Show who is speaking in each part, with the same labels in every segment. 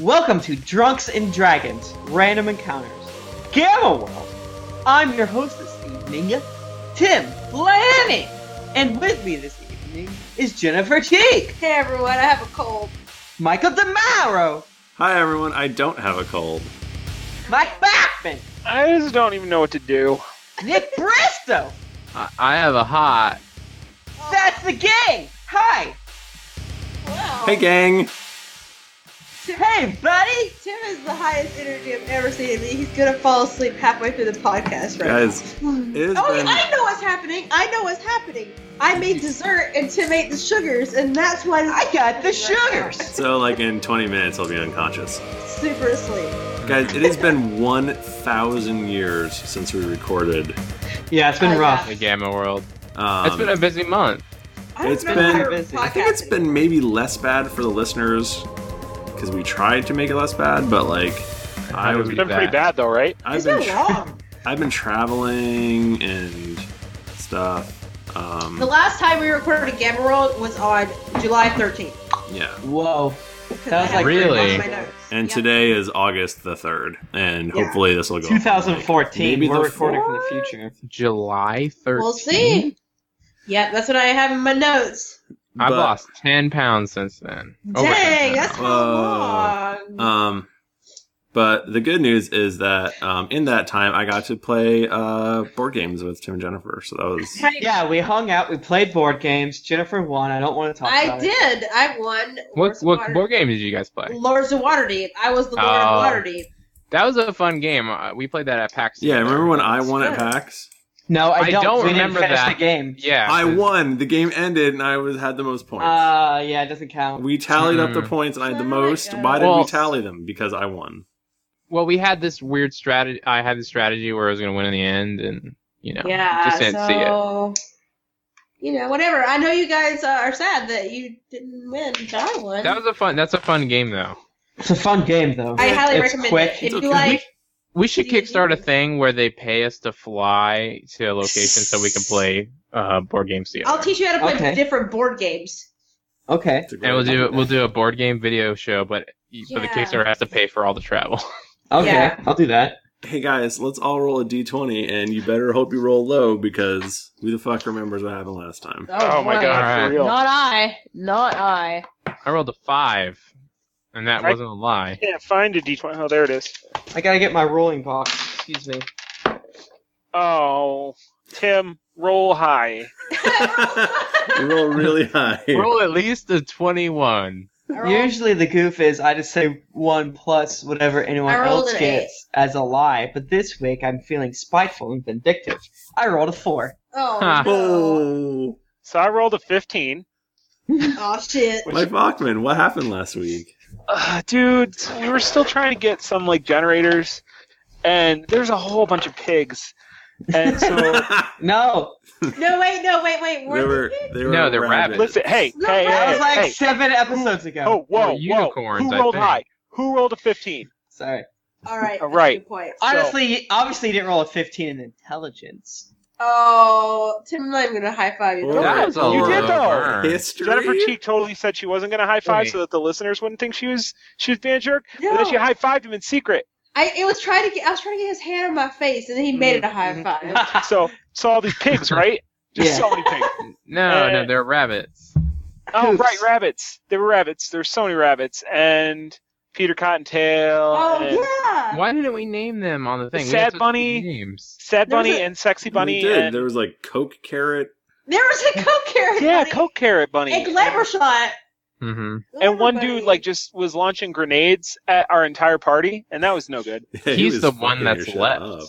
Speaker 1: Welcome to Drunks and Dragons Random Encounters Gamma World. I'm your host this evening, Tim Lanning. And with me this evening is Jennifer Cheek,
Speaker 2: Hey everyone, I have a cold.
Speaker 1: Michael DeMauro,
Speaker 3: Hi everyone, I don't have a cold.
Speaker 1: Mike Backman,
Speaker 4: I just don't even know what to do.
Speaker 1: Nick Bristow.
Speaker 5: I I have a hot.
Speaker 1: That's the gang. Hi.
Speaker 2: Wow.
Speaker 3: Hey gang!
Speaker 1: Hey, buddy.
Speaker 2: Tim is the highest energy I've ever seen. He's gonna fall asleep halfway through the podcast right
Speaker 3: Guys,
Speaker 2: now.
Speaker 3: it has
Speaker 2: Oh,
Speaker 3: been
Speaker 2: I know what's happening. I know what's happening. I made dessert and Tim ate the sugars, and that's why
Speaker 1: I got the sugars.
Speaker 3: so like in 20 minutes I'll be unconscious.
Speaker 2: super asleep.
Speaker 3: Guys, it has been 1,000 years since we recorded.
Speaker 1: Yeah, it's
Speaker 2: been rough.
Speaker 5: The Gamma World.
Speaker 3: Um,
Speaker 5: it's been a busy month.
Speaker 2: I don't
Speaker 3: It's
Speaker 2: remember
Speaker 3: been-
Speaker 2: our
Speaker 1: busy.
Speaker 3: I think it's
Speaker 2: podcast
Speaker 3: been maybe less bad for the listeners because we tried to make it less bad, but like I
Speaker 4: It's
Speaker 3: would,
Speaker 4: been pretty bad though, right?
Speaker 3: I've
Speaker 2: It's
Speaker 3: been
Speaker 2: been
Speaker 3: tra-
Speaker 2: long.
Speaker 3: I've been traveling and stuff.
Speaker 2: The
Speaker 3: Um,
Speaker 2: last time we recorded Gamma World was on July 13th.
Speaker 3: yeah,
Speaker 1: Whoa.
Speaker 2: 'cause
Speaker 1: That was
Speaker 2: I had
Speaker 5: like-
Speaker 2: to write
Speaker 5: Really?
Speaker 2: my notes.
Speaker 3: and
Speaker 2: Yeah.
Speaker 3: today is August the third, and
Speaker 2: Yeah.
Speaker 3: hopefully this will go. up, like,
Speaker 1: 2014.
Speaker 3: maybe
Speaker 1: We're
Speaker 3: the
Speaker 1: recording
Speaker 3: fourth?
Speaker 1: from the future.
Speaker 5: July 13th.
Speaker 2: We'll see.
Speaker 3: Mm-hmm.
Speaker 2: Yep, that's what I have in my notes.
Speaker 5: I've
Speaker 3: But-
Speaker 5: lost 10 pounds since then. Oh, wait,
Speaker 2: Dang,
Speaker 5: no,
Speaker 2: that's how
Speaker 3: Uh,
Speaker 2: long.
Speaker 3: Um, but the good news is that um, in that time, I got to play uh, board games with Tim and Jennifer. So that was
Speaker 2: Right.
Speaker 1: Yeah, we hung out. We played board games. Jennifer won. I don't want to talk
Speaker 2: I
Speaker 1: about it.
Speaker 2: did. I won.
Speaker 5: What,
Speaker 2: Lords of
Speaker 5: what
Speaker 2: Water-
Speaker 5: board game did you guys play?
Speaker 2: Lords of Waterdeep. I was the Lord
Speaker 5: Oh.
Speaker 2: of Waterdeep.
Speaker 5: That was a fun game. Uh, we played that at PAX.
Speaker 3: yeah.
Speaker 5: together.
Speaker 3: Remember when I won at
Speaker 2: Yeah.
Speaker 3: PAX?
Speaker 1: No, I
Speaker 5: I
Speaker 1: don't.
Speaker 5: don't
Speaker 1: we
Speaker 5: remember
Speaker 1: didn't finish
Speaker 5: that.
Speaker 1: the game.
Speaker 5: Yeah.
Speaker 3: I
Speaker 5: 'cause-
Speaker 3: won. The game ended, and I was had the most points.
Speaker 1: Uh, yeah, it doesn't count.
Speaker 3: we tallied up the
Speaker 5: Hmm.
Speaker 3: points, and I had the
Speaker 2: Oh my
Speaker 3: most.
Speaker 2: God.
Speaker 3: Why did we
Speaker 5: Well-
Speaker 3: tally them? Because I won.
Speaker 5: Well, we had this weird strategy. I had this strategy where I was going to win in the end, and, you know,
Speaker 2: yeah.
Speaker 5: just didn't see it.
Speaker 2: so, you know, whatever. I know you guys uh, are sad that you didn't win, but I won.
Speaker 5: That was a fun, that's a fun game, though.
Speaker 1: It's a fun game, though.
Speaker 2: I highly
Speaker 1: it's
Speaker 2: recommend
Speaker 1: quick.
Speaker 2: it. If
Speaker 3: It's
Speaker 2: you
Speaker 3: okay.
Speaker 2: like,
Speaker 5: We should
Speaker 2: Do you-
Speaker 5: kickstart a thing where they pay us to fly to a location so we can play uh, board games together.
Speaker 2: I'll teach you how to play
Speaker 1: Okay.
Speaker 2: different board games.
Speaker 1: Okay.
Speaker 3: It's a great
Speaker 5: And we'll do
Speaker 3: idea.
Speaker 5: we'll do a board game video show, but but the
Speaker 2: Yeah.
Speaker 5: Kickstarter has to pay for all the travel.
Speaker 1: Okay.
Speaker 2: Yeah.
Speaker 1: I'll do that.
Speaker 3: Hey guys, let's all roll a d20, and you better hope you roll low because who the fuck remembers what happened last time?
Speaker 4: Oh my
Speaker 6: boy.
Speaker 4: god,
Speaker 5: Alright.
Speaker 4: for real.
Speaker 6: Not I. Not I.
Speaker 5: I rolled a five, and that
Speaker 4: Right.
Speaker 5: wasn't a lie.
Speaker 4: I can't find a D20. Oh, there it is.
Speaker 1: I gotta get my rolling box. Excuse me.
Speaker 4: Oh, Tim, roll high.
Speaker 3: You roll really high.
Speaker 5: Roll at least a twenty-one.
Speaker 2: I rolled-
Speaker 1: Usually the goof is I just say one plus whatever anyone
Speaker 2: I rolled
Speaker 1: else
Speaker 2: an
Speaker 1: gets as a lie, but this week I'm feeling spiteful and vindictive. I rolled a four.
Speaker 2: oh,
Speaker 5: Huh.
Speaker 2: no.
Speaker 3: Oh,
Speaker 4: So I rolled a 15.
Speaker 2: oh shit.
Speaker 3: Mike Bachman, what happened last week?
Speaker 4: Uh, dude, we were still trying to get some like generators, and there's a whole bunch of pigs, and so
Speaker 1: No,
Speaker 2: No, wait, no, wait, wait.
Speaker 3: they
Speaker 2: Weren't
Speaker 3: were,
Speaker 2: they-
Speaker 3: they
Speaker 5: No,
Speaker 3: were
Speaker 5: they're
Speaker 3: rabid.
Speaker 4: listen. Hey,
Speaker 2: No,
Speaker 4: hey,
Speaker 1: that
Speaker 4: hey,
Speaker 1: was like
Speaker 4: hey.
Speaker 1: seven episodes ago.
Speaker 4: Oh,
Speaker 5: They were
Speaker 4: whoa, whoa!
Speaker 5: unicorns,
Speaker 4: Who
Speaker 5: I
Speaker 4: rolled
Speaker 5: think.
Speaker 4: high? Who rolled a 15?
Speaker 1: Sorry.
Speaker 2: All right.
Speaker 4: All
Speaker 2: that's a
Speaker 4: right.
Speaker 2: Good point.
Speaker 1: Honestly, obviously you didn't roll a 15 in intelligence.
Speaker 2: Oh, Tim, I'm not even gonna high five you.
Speaker 3: Or-
Speaker 5: That was a
Speaker 3: You did,
Speaker 5: low
Speaker 4: though.
Speaker 5: burn.
Speaker 3: History.
Speaker 4: Jennifer Cheek totally said she wasn't going to high five
Speaker 5: Wait.
Speaker 4: so that the listeners wouldn't think she was she was being a jerk.
Speaker 2: No.
Speaker 4: But then she high fived him in secret.
Speaker 2: I it was trying to get I was trying to get his hand on my face and then he made it a high
Speaker 1: Mm-hmm.
Speaker 2: five.
Speaker 4: So so all these pigs, right? Just
Speaker 1: Yeah.
Speaker 4: so many pigs.
Speaker 5: No,
Speaker 4: Uh,
Speaker 5: no, they're rabbits.
Speaker 4: Oh
Speaker 1: Hoops.
Speaker 4: right, rabbits. There were rabbits. There's so many rabbits and Peter Cottontail.
Speaker 2: Oh
Speaker 4: and
Speaker 2: yeah.
Speaker 5: Why didn't we name them on the thing? We
Speaker 4: Sad
Speaker 5: had such good
Speaker 4: Bunny.
Speaker 5: Names.
Speaker 4: Sad
Speaker 2: There was
Speaker 4: Bunny
Speaker 2: a-
Speaker 4: and Sexy
Speaker 3: We
Speaker 4: Bunny.
Speaker 3: did.
Speaker 4: And,
Speaker 3: There was like Coke carrot.
Speaker 2: There was a coke carrot.
Speaker 4: yeah,
Speaker 2: buddy,
Speaker 4: Coke Carrot Bunny.
Speaker 2: And glamour shot.
Speaker 5: hmm
Speaker 4: And one
Speaker 2: Glamour
Speaker 4: dude
Speaker 2: Bunny.
Speaker 4: like just was launching grenades at our entire party, and that was no good.
Speaker 3: He
Speaker 5: He's
Speaker 3: was
Speaker 5: the one
Speaker 3: fucking
Speaker 5: that's
Speaker 3: your shit
Speaker 5: left.
Speaker 3: up.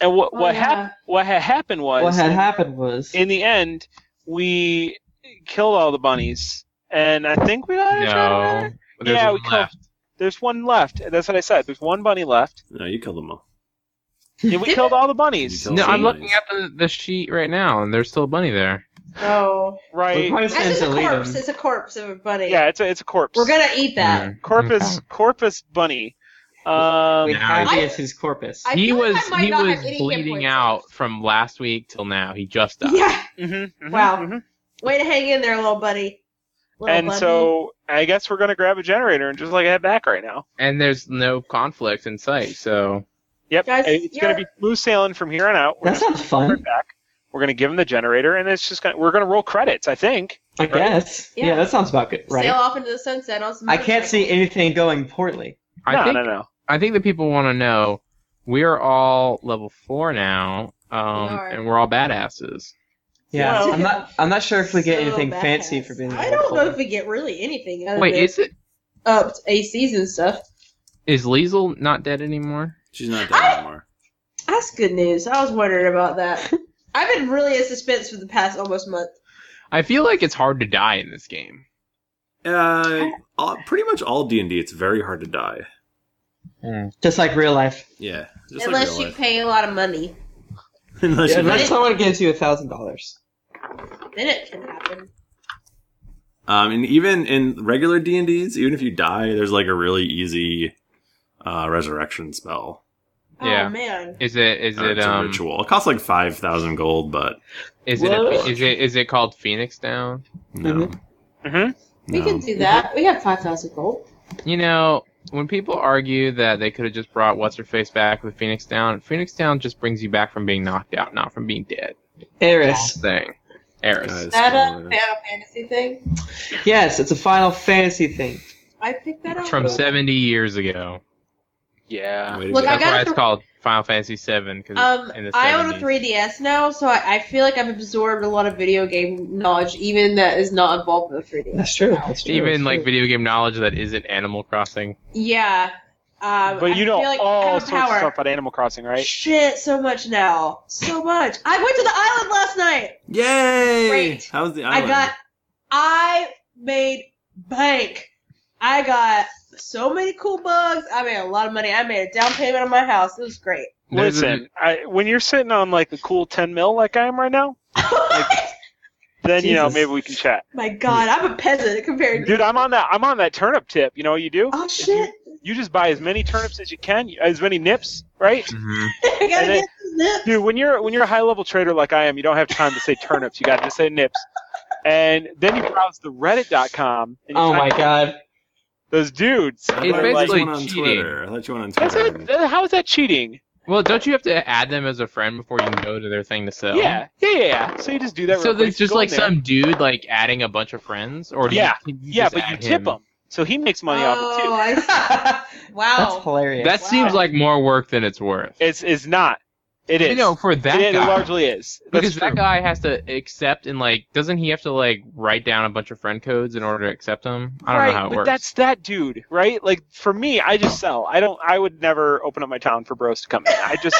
Speaker 4: And what
Speaker 2: Oh,
Speaker 4: what
Speaker 2: yeah.
Speaker 4: happened? What had happened was
Speaker 1: what had happened was
Speaker 4: in the end, we killed all the bunnies, and I think we got a
Speaker 5: No,
Speaker 4: generator.
Speaker 5: there's
Speaker 4: Yeah, we
Speaker 5: one
Speaker 4: killed-
Speaker 5: left.
Speaker 4: There's one left. That's what I said. There's one bunny left.
Speaker 3: No, you killed them all.
Speaker 4: And we killed all the bunnies.
Speaker 3: You killed
Speaker 5: No,
Speaker 3: all
Speaker 5: I'm
Speaker 3: the
Speaker 5: looking
Speaker 3: bunnies.
Speaker 5: at the, the sheet right now, and there's still a bunny there.
Speaker 2: No.
Speaker 1: we
Speaker 4: Right?
Speaker 1: probably
Speaker 2: That's
Speaker 1: just
Speaker 2: just a
Speaker 1: need to
Speaker 2: corpse.
Speaker 1: leave him.
Speaker 2: It's a corpse of a bunny.
Speaker 4: Yeah, it's a it's a corpse.
Speaker 2: We're gonna eat that.
Speaker 5: Mm.
Speaker 4: corpus corpus bunny.
Speaker 1: Wait,
Speaker 4: Um,
Speaker 5: Yeah.
Speaker 1: how
Speaker 5: I-
Speaker 1: is his corpus.
Speaker 2: I
Speaker 5: he
Speaker 2: feel like
Speaker 5: was
Speaker 2: I might
Speaker 5: he
Speaker 2: not have
Speaker 5: was
Speaker 2: any hit
Speaker 5: bleeding
Speaker 2: points
Speaker 5: out
Speaker 2: left.
Speaker 5: from last
Speaker 1: Mm-hmm.
Speaker 5: week till now. He just died.
Speaker 2: Yeah.
Speaker 4: mhm, mhm,
Speaker 2: Wow.
Speaker 4: mhm.
Speaker 2: Way to hang in there, little buddy.
Speaker 6: Little
Speaker 4: And
Speaker 6: bunny.
Speaker 4: so I guess we're gonna grab a generator and just like head back right now.
Speaker 5: And there's no conflict in sight, so
Speaker 4: Yep,
Speaker 2: Guys,
Speaker 4: and it's gonna be smooth sailing from here on out. We're
Speaker 1: That
Speaker 4: gonna
Speaker 1: sounds
Speaker 4: come right
Speaker 1: fun.
Speaker 4: back. We're gonna give him the generator, and it's just gonna we're gonna roll credits. I think.
Speaker 1: I guess. Yeah.
Speaker 2: Yeah.
Speaker 1: that sounds about good,
Speaker 2: Sail
Speaker 1: right?
Speaker 2: off into the sunset on some.
Speaker 1: I can't see anything going poorly.
Speaker 5: I
Speaker 4: no,
Speaker 5: think
Speaker 4: no, no.
Speaker 5: I think that people want to know we are all level four now, um,
Speaker 2: We are.
Speaker 5: and we're all badasses.
Speaker 1: Yeah,
Speaker 4: Well-
Speaker 1: I'm not. I'm not sure if we get
Speaker 2: So
Speaker 1: anything
Speaker 2: badass.
Speaker 1: fancy for being.
Speaker 2: I don't
Speaker 1: helpful.
Speaker 2: know if we get really anything. Other
Speaker 5: Wait,
Speaker 2: than
Speaker 5: is it
Speaker 2: up ACs and stuff.
Speaker 5: is Liesel not dead anymore?
Speaker 3: She's not dead anymore.
Speaker 2: That's good news. I was wondering about that. I've been really in suspense for the past almost month.
Speaker 5: I feel like it's hard to die in this game.
Speaker 3: Uh, all, pretty much all D and D, it's very hard to die.
Speaker 1: Just like real life.
Speaker 3: Yeah, just
Speaker 2: Unless
Speaker 3: like
Speaker 2: you
Speaker 3: real life.
Speaker 2: pay a lot of money,
Speaker 3: unless
Speaker 1: Yeah,
Speaker 3: you
Speaker 1: unless
Speaker 3: pay.
Speaker 1: someone gives you a thousand dollars.
Speaker 2: then it can happen.
Speaker 3: Um, and even in regular D and D's, even if you die, there's like a really easy uh, resurrection spell.
Speaker 5: Yeah.
Speaker 2: Oh man.
Speaker 5: Is it is
Speaker 3: Uh,
Speaker 5: it
Speaker 3: it's a
Speaker 5: um
Speaker 3: ritual. It costs like five thousand gold, but
Speaker 5: is it a,
Speaker 1: Whoa.
Speaker 5: is it is it called Phoenix Down?
Speaker 3: no.
Speaker 1: Mhm.
Speaker 4: Mhm.
Speaker 2: We
Speaker 3: No.
Speaker 2: can do that. We have five thousand gold.
Speaker 5: You know, when people argue that they could have just brought what's her face back with Phoenix Down, Phoenix Down just brings you back from being knocked out, not from being dead.
Speaker 1: Eris.
Speaker 5: Thing, Eris.
Speaker 3: Guys,
Speaker 2: That a
Speaker 3: spoilers.
Speaker 2: Final Fantasy thing?
Speaker 1: Yes, it's a Final Fantasy thing.
Speaker 2: I picked that up
Speaker 5: It's from seventy years ago.
Speaker 4: Yeah.
Speaker 3: Way to
Speaker 2: Look,
Speaker 3: go.
Speaker 2: I
Speaker 5: That's
Speaker 2: got
Speaker 5: why
Speaker 2: a
Speaker 5: it's
Speaker 2: thr-
Speaker 5: called Final Fantasy Seven because
Speaker 2: Um,
Speaker 5: in the 70s.
Speaker 2: I own a 3DS now, so I, I feel like I've absorbed a lot of video game knowledge, even that is not involved with 3DS.
Speaker 1: That's true. That's true.
Speaker 5: even
Speaker 1: that's
Speaker 5: like
Speaker 1: true.
Speaker 5: video game knowledge that isn't Animal Crossing.
Speaker 2: Yeah. Um,
Speaker 4: But
Speaker 2: I
Speaker 4: you know
Speaker 2: feel like I
Speaker 4: all
Speaker 2: have
Speaker 4: sorts
Speaker 2: power.
Speaker 4: of stuff about Animal Crossing, right?
Speaker 2: Shit, so much now. So much. I went to the island last night.
Speaker 3: Yay!
Speaker 2: Great.
Speaker 3: How was the
Speaker 2: I
Speaker 3: island?
Speaker 2: got. I made bank. I got so many cool bugs. I made a lot of money. I made a down payment on my house. It was great.
Speaker 5: There's a-
Speaker 4: Listen, I, when you're sitting on like a cool ten mil like I am right now, then you know
Speaker 1: Jesus.
Speaker 4: maybe we can chat.
Speaker 2: my God, I'm a peasant compared to.
Speaker 4: Dude, I'm on that. I'm on that turnip tip. You know what you do?
Speaker 2: Oh shit!
Speaker 4: You just buy as many turnips as you can, as many nips, right?
Speaker 5: Mm-hmm.
Speaker 2: I gotta
Speaker 4: And it-
Speaker 2: get this.
Speaker 4: Dude, when you're when you're a high level trader like I am, you don't have time to say turnips. You got to say nips. And then you browse the Reddit.com. And you
Speaker 1: Oh
Speaker 4: find
Speaker 1: my god.
Speaker 4: Those dudes.
Speaker 3: I
Speaker 5: It's
Speaker 3: thought you
Speaker 4: Like,
Speaker 5: basically
Speaker 3: went on
Speaker 5: cheating.
Speaker 3: Twitter. I thought you went on
Speaker 4: that's
Speaker 3: Twitter.
Speaker 4: not- that- how is that cheating?
Speaker 5: Well, don't you have to add them as a friend before you can go to their thing to sell?
Speaker 4: Yeah, yeah, yeah, yeah. So you just do that.
Speaker 5: So
Speaker 4: real quick.
Speaker 5: there's just
Speaker 4: Go in
Speaker 5: like
Speaker 4: there.
Speaker 5: some dude like adding a bunch of friends, or do you-
Speaker 4: Yeah.
Speaker 5: you,
Speaker 4: Yeah,
Speaker 5: just
Speaker 4: but you
Speaker 5: add
Speaker 4: tip
Speaker 5: him?
Speaker 4: him, so he makes money off it
Speaker 2: Oh,
Speaker 4: too.
Speaker 2: I
Speaker 1: That's
Speaker 2: see. wow.
Speaker 1: hilarious.
Speaker 5: That
Speaker 2: Wow.
Speaker 5: seems like more work than it's worth.
Speaker 4: It's it's not. It is.
Speaker 5: You know, for that
Speaker 4: it, it
Speaker 5: guy,
Speaker 4: largely is. That's
Speaker 5: because that
Speaker 4: true.
Speaker 5: guy has to accept and like, doesn't he have to like write down a bunch of friend codes in order to accept them? I don't
Speaker 4: right,
Speaker 5: know how it
Speaker 4: but
Speaker 5: works.
Speaker 4: that's that dude, right? Like for me, I just sell. I don't. I would never open up my town for bros to come in. I just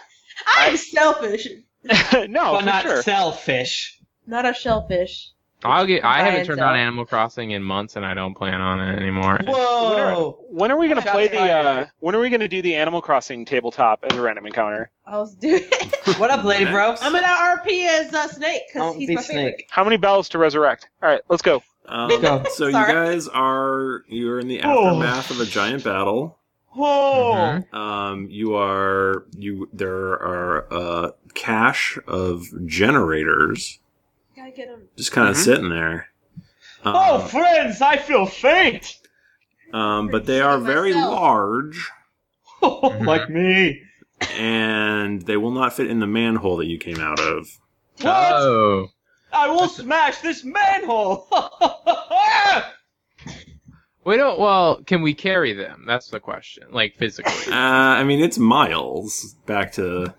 Speaker 2: I'm selfish,
Speaker 4: no,
Speaker 1: but
Speaker 4: for
Speaker 1: not
Speaker 4: sure.
Speaker 1: selfish.
Speaker 2: not a shellfish.
Speaker 5: I'll get. I
Speaker 2: Buy
Speaker 5: haven't
Speaker 2: and
Speaker 5: turned
Speaker 2: sell.
Speaker 5: on Animal Crossing in months, and I don't plan on it anymore.
Speaker 4: When are,
Speaker 1: Whoa.
Speaker 4: when are we gonna
Speaker 1: Shots
Speaker 4: play the?
Speaker 1: fired.
Speaker 4: Uh, when are we gonna do the Animal Crossing tabletop as a random encounter?
Speaker 2: I was doing.
Speaker 1: What up, lady bro?
Speaker 2: I'm gonna RP as uh, Snake because
Speaker 1: Don't
Speaker 2: he's
Speaker 1: be
Speaker 2: my favorite.
Speaker 1: snake.
Speaker 4: How many bells to resurrect? All right, let's go.
Speaker 1: Let's
Speaker 3: Um,
Speaker 1: go.
Speaker 3: so you
Speaker 2: Sorry.
Speaker 3: guys are you're in the
Speaker 1: Oh.
Speaker 3: aftermath of a giant battle.
Speaker 1: Whoa.
Speaker 5: Mhm.
Speaker 3: Um, you are you. There are a cache of generators
Speaker 2: Gotta get him.
Speaker 3: just kind of
Speaker 4: Mhm.
Speaker 3: sitting there. Um,
Speaker 1: Oh, friends, I feel faint.
Speaker 3: um, but they are very
Speaker 2: Myself.
Speaker 3: large,
Speaker 1: Oh, like me.
Speaker 3: and they will not fit in the manhole that you came out of.
Speaker 5: Oh,
Speaker 1: I will smash this manhole.
Speaker 5: we don't. Well, can we carry them? That's the question. Like physically.
Speaker 3: Uh, I mean, it's miles back to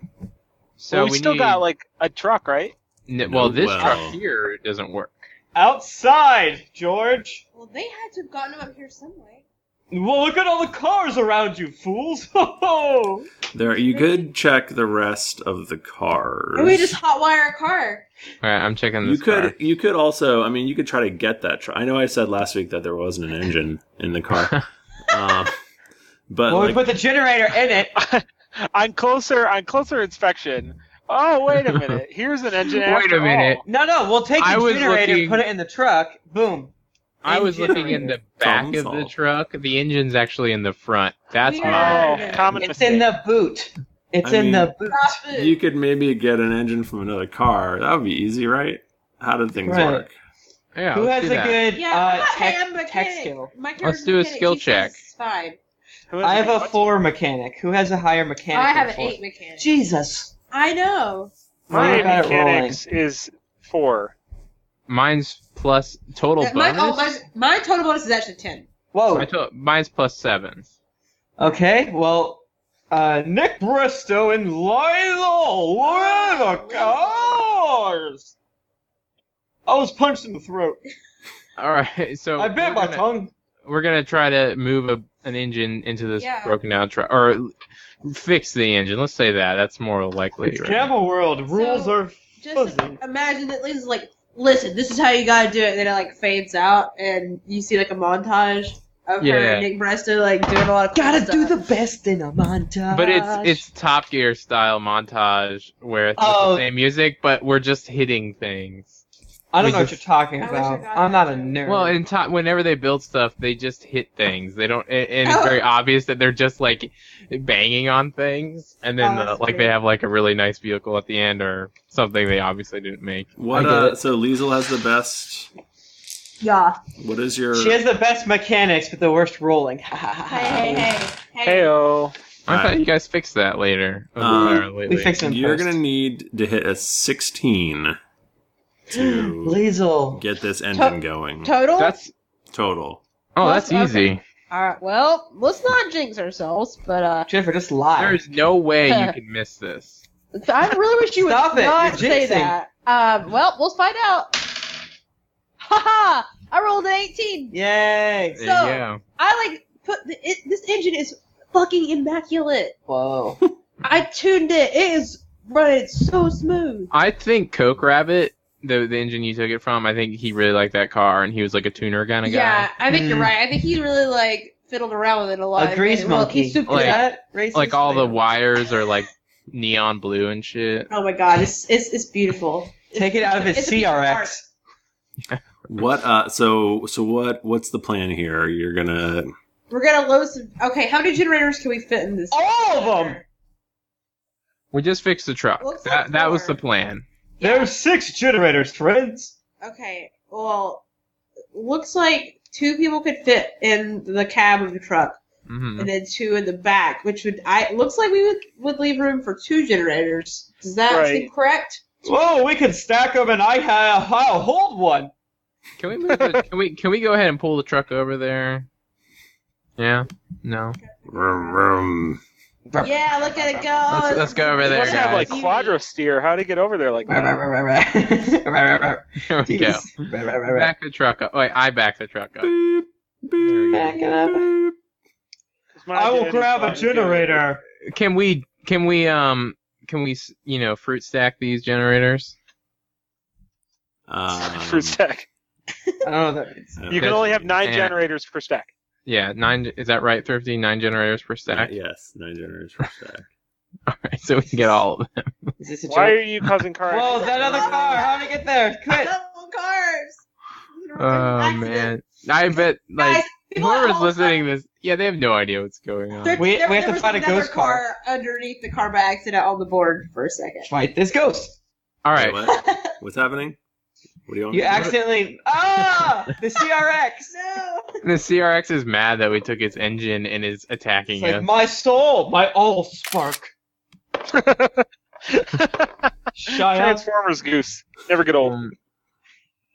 Speaker 5: So
Speaker 4: Well, we, still
Speaker 5: need,
Speaker 4: got like a truck, right?
Speaker 5: n- well, this
Speaker 3: Well.
Speaker 5: truck here doesn't work.
Speaker 1: Outside, George.
Speaker 2: Well, they had to have gotten him up here some way.
Speaker 1: Well, look at all the cars around you, fools.
Speaker 3: there. You could check the rest of the cars.
Speaker 2: Or we just hotwire a car.
Speaker 5: All right, I'm checking
Speaker 3: you
Speaker 5: this.
Speaker 3: could
Speaker 5: car.
Speaker 3: you could also i mean you could try to get that truck i know i said last week that there wasn't an engine in the car um, but
Speaker 1: well, we
Speaker 3: like,
Speaker 1: put the generator in it.
Speaker 4: on closer on closer inspection. Oh wait a minute! Here's an engine.
Speaker 5: Wait a
Speaker 4: after all.
Speaker 5: minute.
Speaker 1: No, no, we'll take
Speaker 5: I
Speaker 1: the
Speaker 5: was
Speaker 1: generator,
Speaker 5: looking-
Speaker 1: put it in the truck. Boom.
Speaker 5: I was looking in the back of the
Speaker 3: Console.
Speaker 5: truck. The engine's actually in the front. That's
Speaker 2: Weird.
Speaker 5: my
Speaker 4: Oh,
Speaker 2: Yeah.
Speaker 4: common
Speaker 1: It's
Speaker 4: mistake.
Speaker 1: in the boot. It's
Speaker 3: I
Speaker 1: in
Speaker 3: mean-
Speaker 1: the boot.
Speaker 2: Cross food.
Speaker 3: you could maybe get an engine from another car that would be easy right how did things
Speaker 1: Right.
Speaker 3: work
Speaker 5: Yeah,
Speaker 1: Who
Speaker 5: let's
Speaker 1: has
Speaker 5: do
Speaker 1: a
Speaker 5: that.
Speaker 1: good
Speaker 2: Yeah, I'm
Speaker 1: uh,
Speaker 2: not- hey,
Speaker 1: tech,
Speaker 2: I'm a
Speaker 1: tech
Speaker 2: mechanic.
Speaker 1: skill?
Speaker 2: My
Speaker 5: Let's
Speaker 2: character's
Speaker 5: do a
Speaker 2: mechanic,
Speaker 5: skill
Speaker 2: he says
Speaker 5: check.
Speaker 2: It's fine.
Speaker 4: Who is
Speaker 1: I have
Speaker 4: it?
Speaker 1: a
Speaker 4: What's-
Speaker 1: four mechanic. Who has a higher
Speaker 6: Oh,
Speaker 1: mechanic?
Speaker 6: I
Speaker 1: than
Speaker 6: have an
Speaker 1: four?
Speaker 6: eight mechanic.
Speaker 1: Jesus.
Speaker 2: I know.
Speaker 1: Why
Speaker 4: My
Speaker 1: am I not
Speaker 4: mechanics is four.
Speaker 5: Mine's plus total
Speaker 2: Yeah, my,
Speaker 5: bonus.
Speaker 2: oh, my, my total bonus is actually ten.
Speaker 5: My
Speaker 1: Whoa.
Speaker 5: to- mine's plus seven.
Speaker 1: Okay. Well, uh, Nick Bristow and Lionel were the cars. I was punched in the throat.
Speaker 5: All right, so
Speaker 1: I bit
Speaker 5: we're
Speaker 1: my
Speaker 5: gonna-
Speaker 1: tongue.
Speaker 5: We're gonna try to move a, an engine into this
Speaker 2: Yeah.
Speaker 5: broken down truck, or fix the engine. Let's say that. That's more likely.
Speaker 1: It's
Speaker 5: right?
Speaker 1: Camel World. Rules
Speaker 2: So-
Speaker 1: are
Speaker 2: Just
Speaker 1: Fuzzy.
Speaker 2: imagine that Lisa's like, listen, this is how you gotta do it. And then it like fades out, and you see like a montage of her
Speaker 5: Yeah.
Speaker 2: and Nick Bresto like doing a lot of cool
Speaker 1: gotta do
Speaker 2: stuff.
Speaker 1: the best in a montage.
Speaker 5: But it's it's Top Gear style montage where it's
Speaker 1: Oh.
Speaker 5: the same music, but we're just hitting things.
Speaker 1: I don't
Speaker 5: we
Speaker 1: know what you're
Speaker 5: just-
Speaker 1: talking
Speaker 2: I wish I
Speaker 1: about.
Speaker 2: got
Speaker 1: I'm
Speaker 2: that
Speaker 1: not a
Speaker 2: too.
Speaker 1: nerd.
Speaker 5: Well, in top, whenever they build stuff, they just hit things. They don't, and, and
Speaker 2: Oh.
Speaker 5: it's very obvious that they're just like banging on things, and then
Speaker 2: Oh,
Speaker 5: uh,
Speaker 2: that's
Speaker 5: like they
Speaker 2: great.
Speaker 5: have like a really nice vehicle at the end or something they obviously didn't make.
Speaker 1: I
Speaker 3: What?
Speaker 1: get
Speaker 3: Uh,
Speaker 1: it.
Speaker 3: so Liesel has the best.
Speaker 2: yeah.
Speaker 3: What is your?
Speaker 1: she has the best mechanics, but the worst rolling.
Speaker 2: Hey, hey, hey, hey.
Speaker 5: um,
Speaker 4: Heyo.
Speaker 5: I
Speaker 3: Alright.
Speaker 5: thought you guys fixed that later.
Speaker 2: Uh,
Speaker 3: Um,
Speaker 5: Or lately.
Speaker 1: we fixed them.
Speaker 3: You're
Speaker 1: first.
Speaker 3: gonna need to hit a 16 to
Speaker 1: Liesel.
Speaker 3: get this engine going.
Speaker 6: Total?
Speaker 5: That's
Speaker 3: Total.
Speaker 5: oh,
Speaker 6: Plus-
Speaker 5: that's easy.
Speaker 6: Alright, well, let's not jinx ourselves, but uh,
Speaker 1: Jennifer, just lie.
Speaker 5: There is no way you can miss this.
Speaker 6: I really wish you would
Speaker 1: Stop it,
Speaker 6: not
Speaker 1: you're
Speaker 6: say
Speaker 1: jinxing.
Speaker 6: that. Um, well, we'll find out. Haha! I rolled an 18!
Speaker 1: Yay!
Speaker 5: There
Speaker 2: So-
Speaker 5: you go.
Speaker 2: I like put the, it, this engine is fucking immaculate.
Speaker 1: Whoa.
Speaker 2: I tuned it. It is running so smooth.
Speaker 5: I think Coke Rabbit, the the engine you took it from, I think he really liked that car, and he was like a tuner kind of
Speaker 2: Yeah, I think
Speaker 5: Hmm.
Speaker 2: you're
Speaker 1: Mm.
Speaker 2: right. I think he really like fiddled around with it a lot.
Speaker 1: A grease
Speaker 2: And, well,
Speaker 1: monkey.
Speaker 2: he's super
Speaker 5: Like-
Speaker 2: good.
Speaker 1: That
Speaker 5: guy.
Speaker 1: racist
Speaker 5: Like all the
Speaker 1: thing.
Speaker 5: wires are like neon blue and shit.
Speaker 2: Oh my god, it's it's, it's beautiful.
Speaker 1: Take it out of his
Speaker 2: It's a piece of art.
Speaker 1: CRX.
Speaker 3: What? Uh, so so what? What's the plan here? You're gonna.
Speaker 2: We're gonna load some. Okay, how many generators can we fit in this?
Speaker 1: All of 'em!
Speaker 5: We just fixed the truck.
Speaker 2: Looks
Speaker 5: that
Speaker 2: like
Speaker 5: that was the
Speaker 2: four.
Speaker 5: plan.
Speaker 1: There's six generators, friends.
Speaker 2: Okay, well, looks like two people could fit in the cab of the truck,
Speaker 5: hmm
Speaker 2: and then two in the back, which would I looks like we would would leave room for two generators. Does that seem
Speaker 4: Right.
Speaker 2: correct?
Speaker 1: Whoa, we can stack them, and I have, I'll hold one.
Speaker 5: Can we move the, can we can we go ahead and pull the truck over there? Yeah. No.
Speaker 3: Vroom, vroom.
Speaker 2: Yeah, look at it go.
Speaker 5: Let's- let's go over
Speaker 4: You
Speaker 5: There,
Speaker 4: must have like
Speaker 5: guys.
Speaker 4: quadrosteer. How do you get over there like that?
Speaker 1: There
Speaker 5: Here we go. Back the truck up. Wait, I back the truck up.
Speaker 3: Beep,
Speaker 5: There we
Speaker 3: beep,
Speaker 5: go.
Speaker 1: Back it up.
Speaker 3: beep.
Speaker 4: My
Speaker 1: I will
Speaker 4: identity
Speaker 1: grab a
Speaker 4: is quadrosteer.
Speaker 1: generator.
Speaker 5: Can we can we um can we s- you know fruit stack these generators?
Speaker 3: Um,
Speaker 4: Per stack.
Speaker 1: I don't know what Oh, that means.
Speaker 4: You can
Speaker 5: That's-
Speaker 4: only have nine
Speaker 5: and-
Speaker 4: generators per stack.
Speaker 5: Yeah, nine. Is that right, Thrifty? Nine generators per stack.
Speaker 3: Uh, Yes, nine generators per stack.
Speaker 5: All right, so we can get all of them.
Speaker 1: Is this a
Speaker 4: Why
Speaker 1: joke?
Speaker 4: are you causing car?
Speaker 1: Whoa,
Speaker 4: accidents?
Speaker 1: that other car! How did it get there? Quit!
Speaker 2: Double cars.
Speaker 5: Oh man, I bet like
Speaker 2: Guys, people at
Speaker 5: whoever's
Speaker 2: home-
Speaker 5: listening to this, yeah, they have no idea what's going on.
Speaker 2: There,
Speaker 1: We-
Speaker 2: there,
Speaker 1: we have
Speaker 2: there
Speaker 1: to
Speaker 2: was
Speaker 1: find a
Speaker 2: another
Speaker 1: ghost car.
Speaker 2: underneath the car by accident on the board for a second.
Speaker 1: Fight this ghost!
Speaker 5: All
Speaker 3: Wait,
Speaker 5: right,
Speaker 3: what? What's happening? What do you want?
Speaker 1: You accidentally. Ah! The CRX!
Speaker 2: No.
Speaker 5: the CRX is mad that we took its engine and is
Speaker 1: It's
Speaker 5: attacking
Speaker 1: like
Speaker 5: us.
Speaker 1: my soul, my all spark. Shut up.
Speaker 4: Transformers goose. Never get old.
Speaker 5: Um,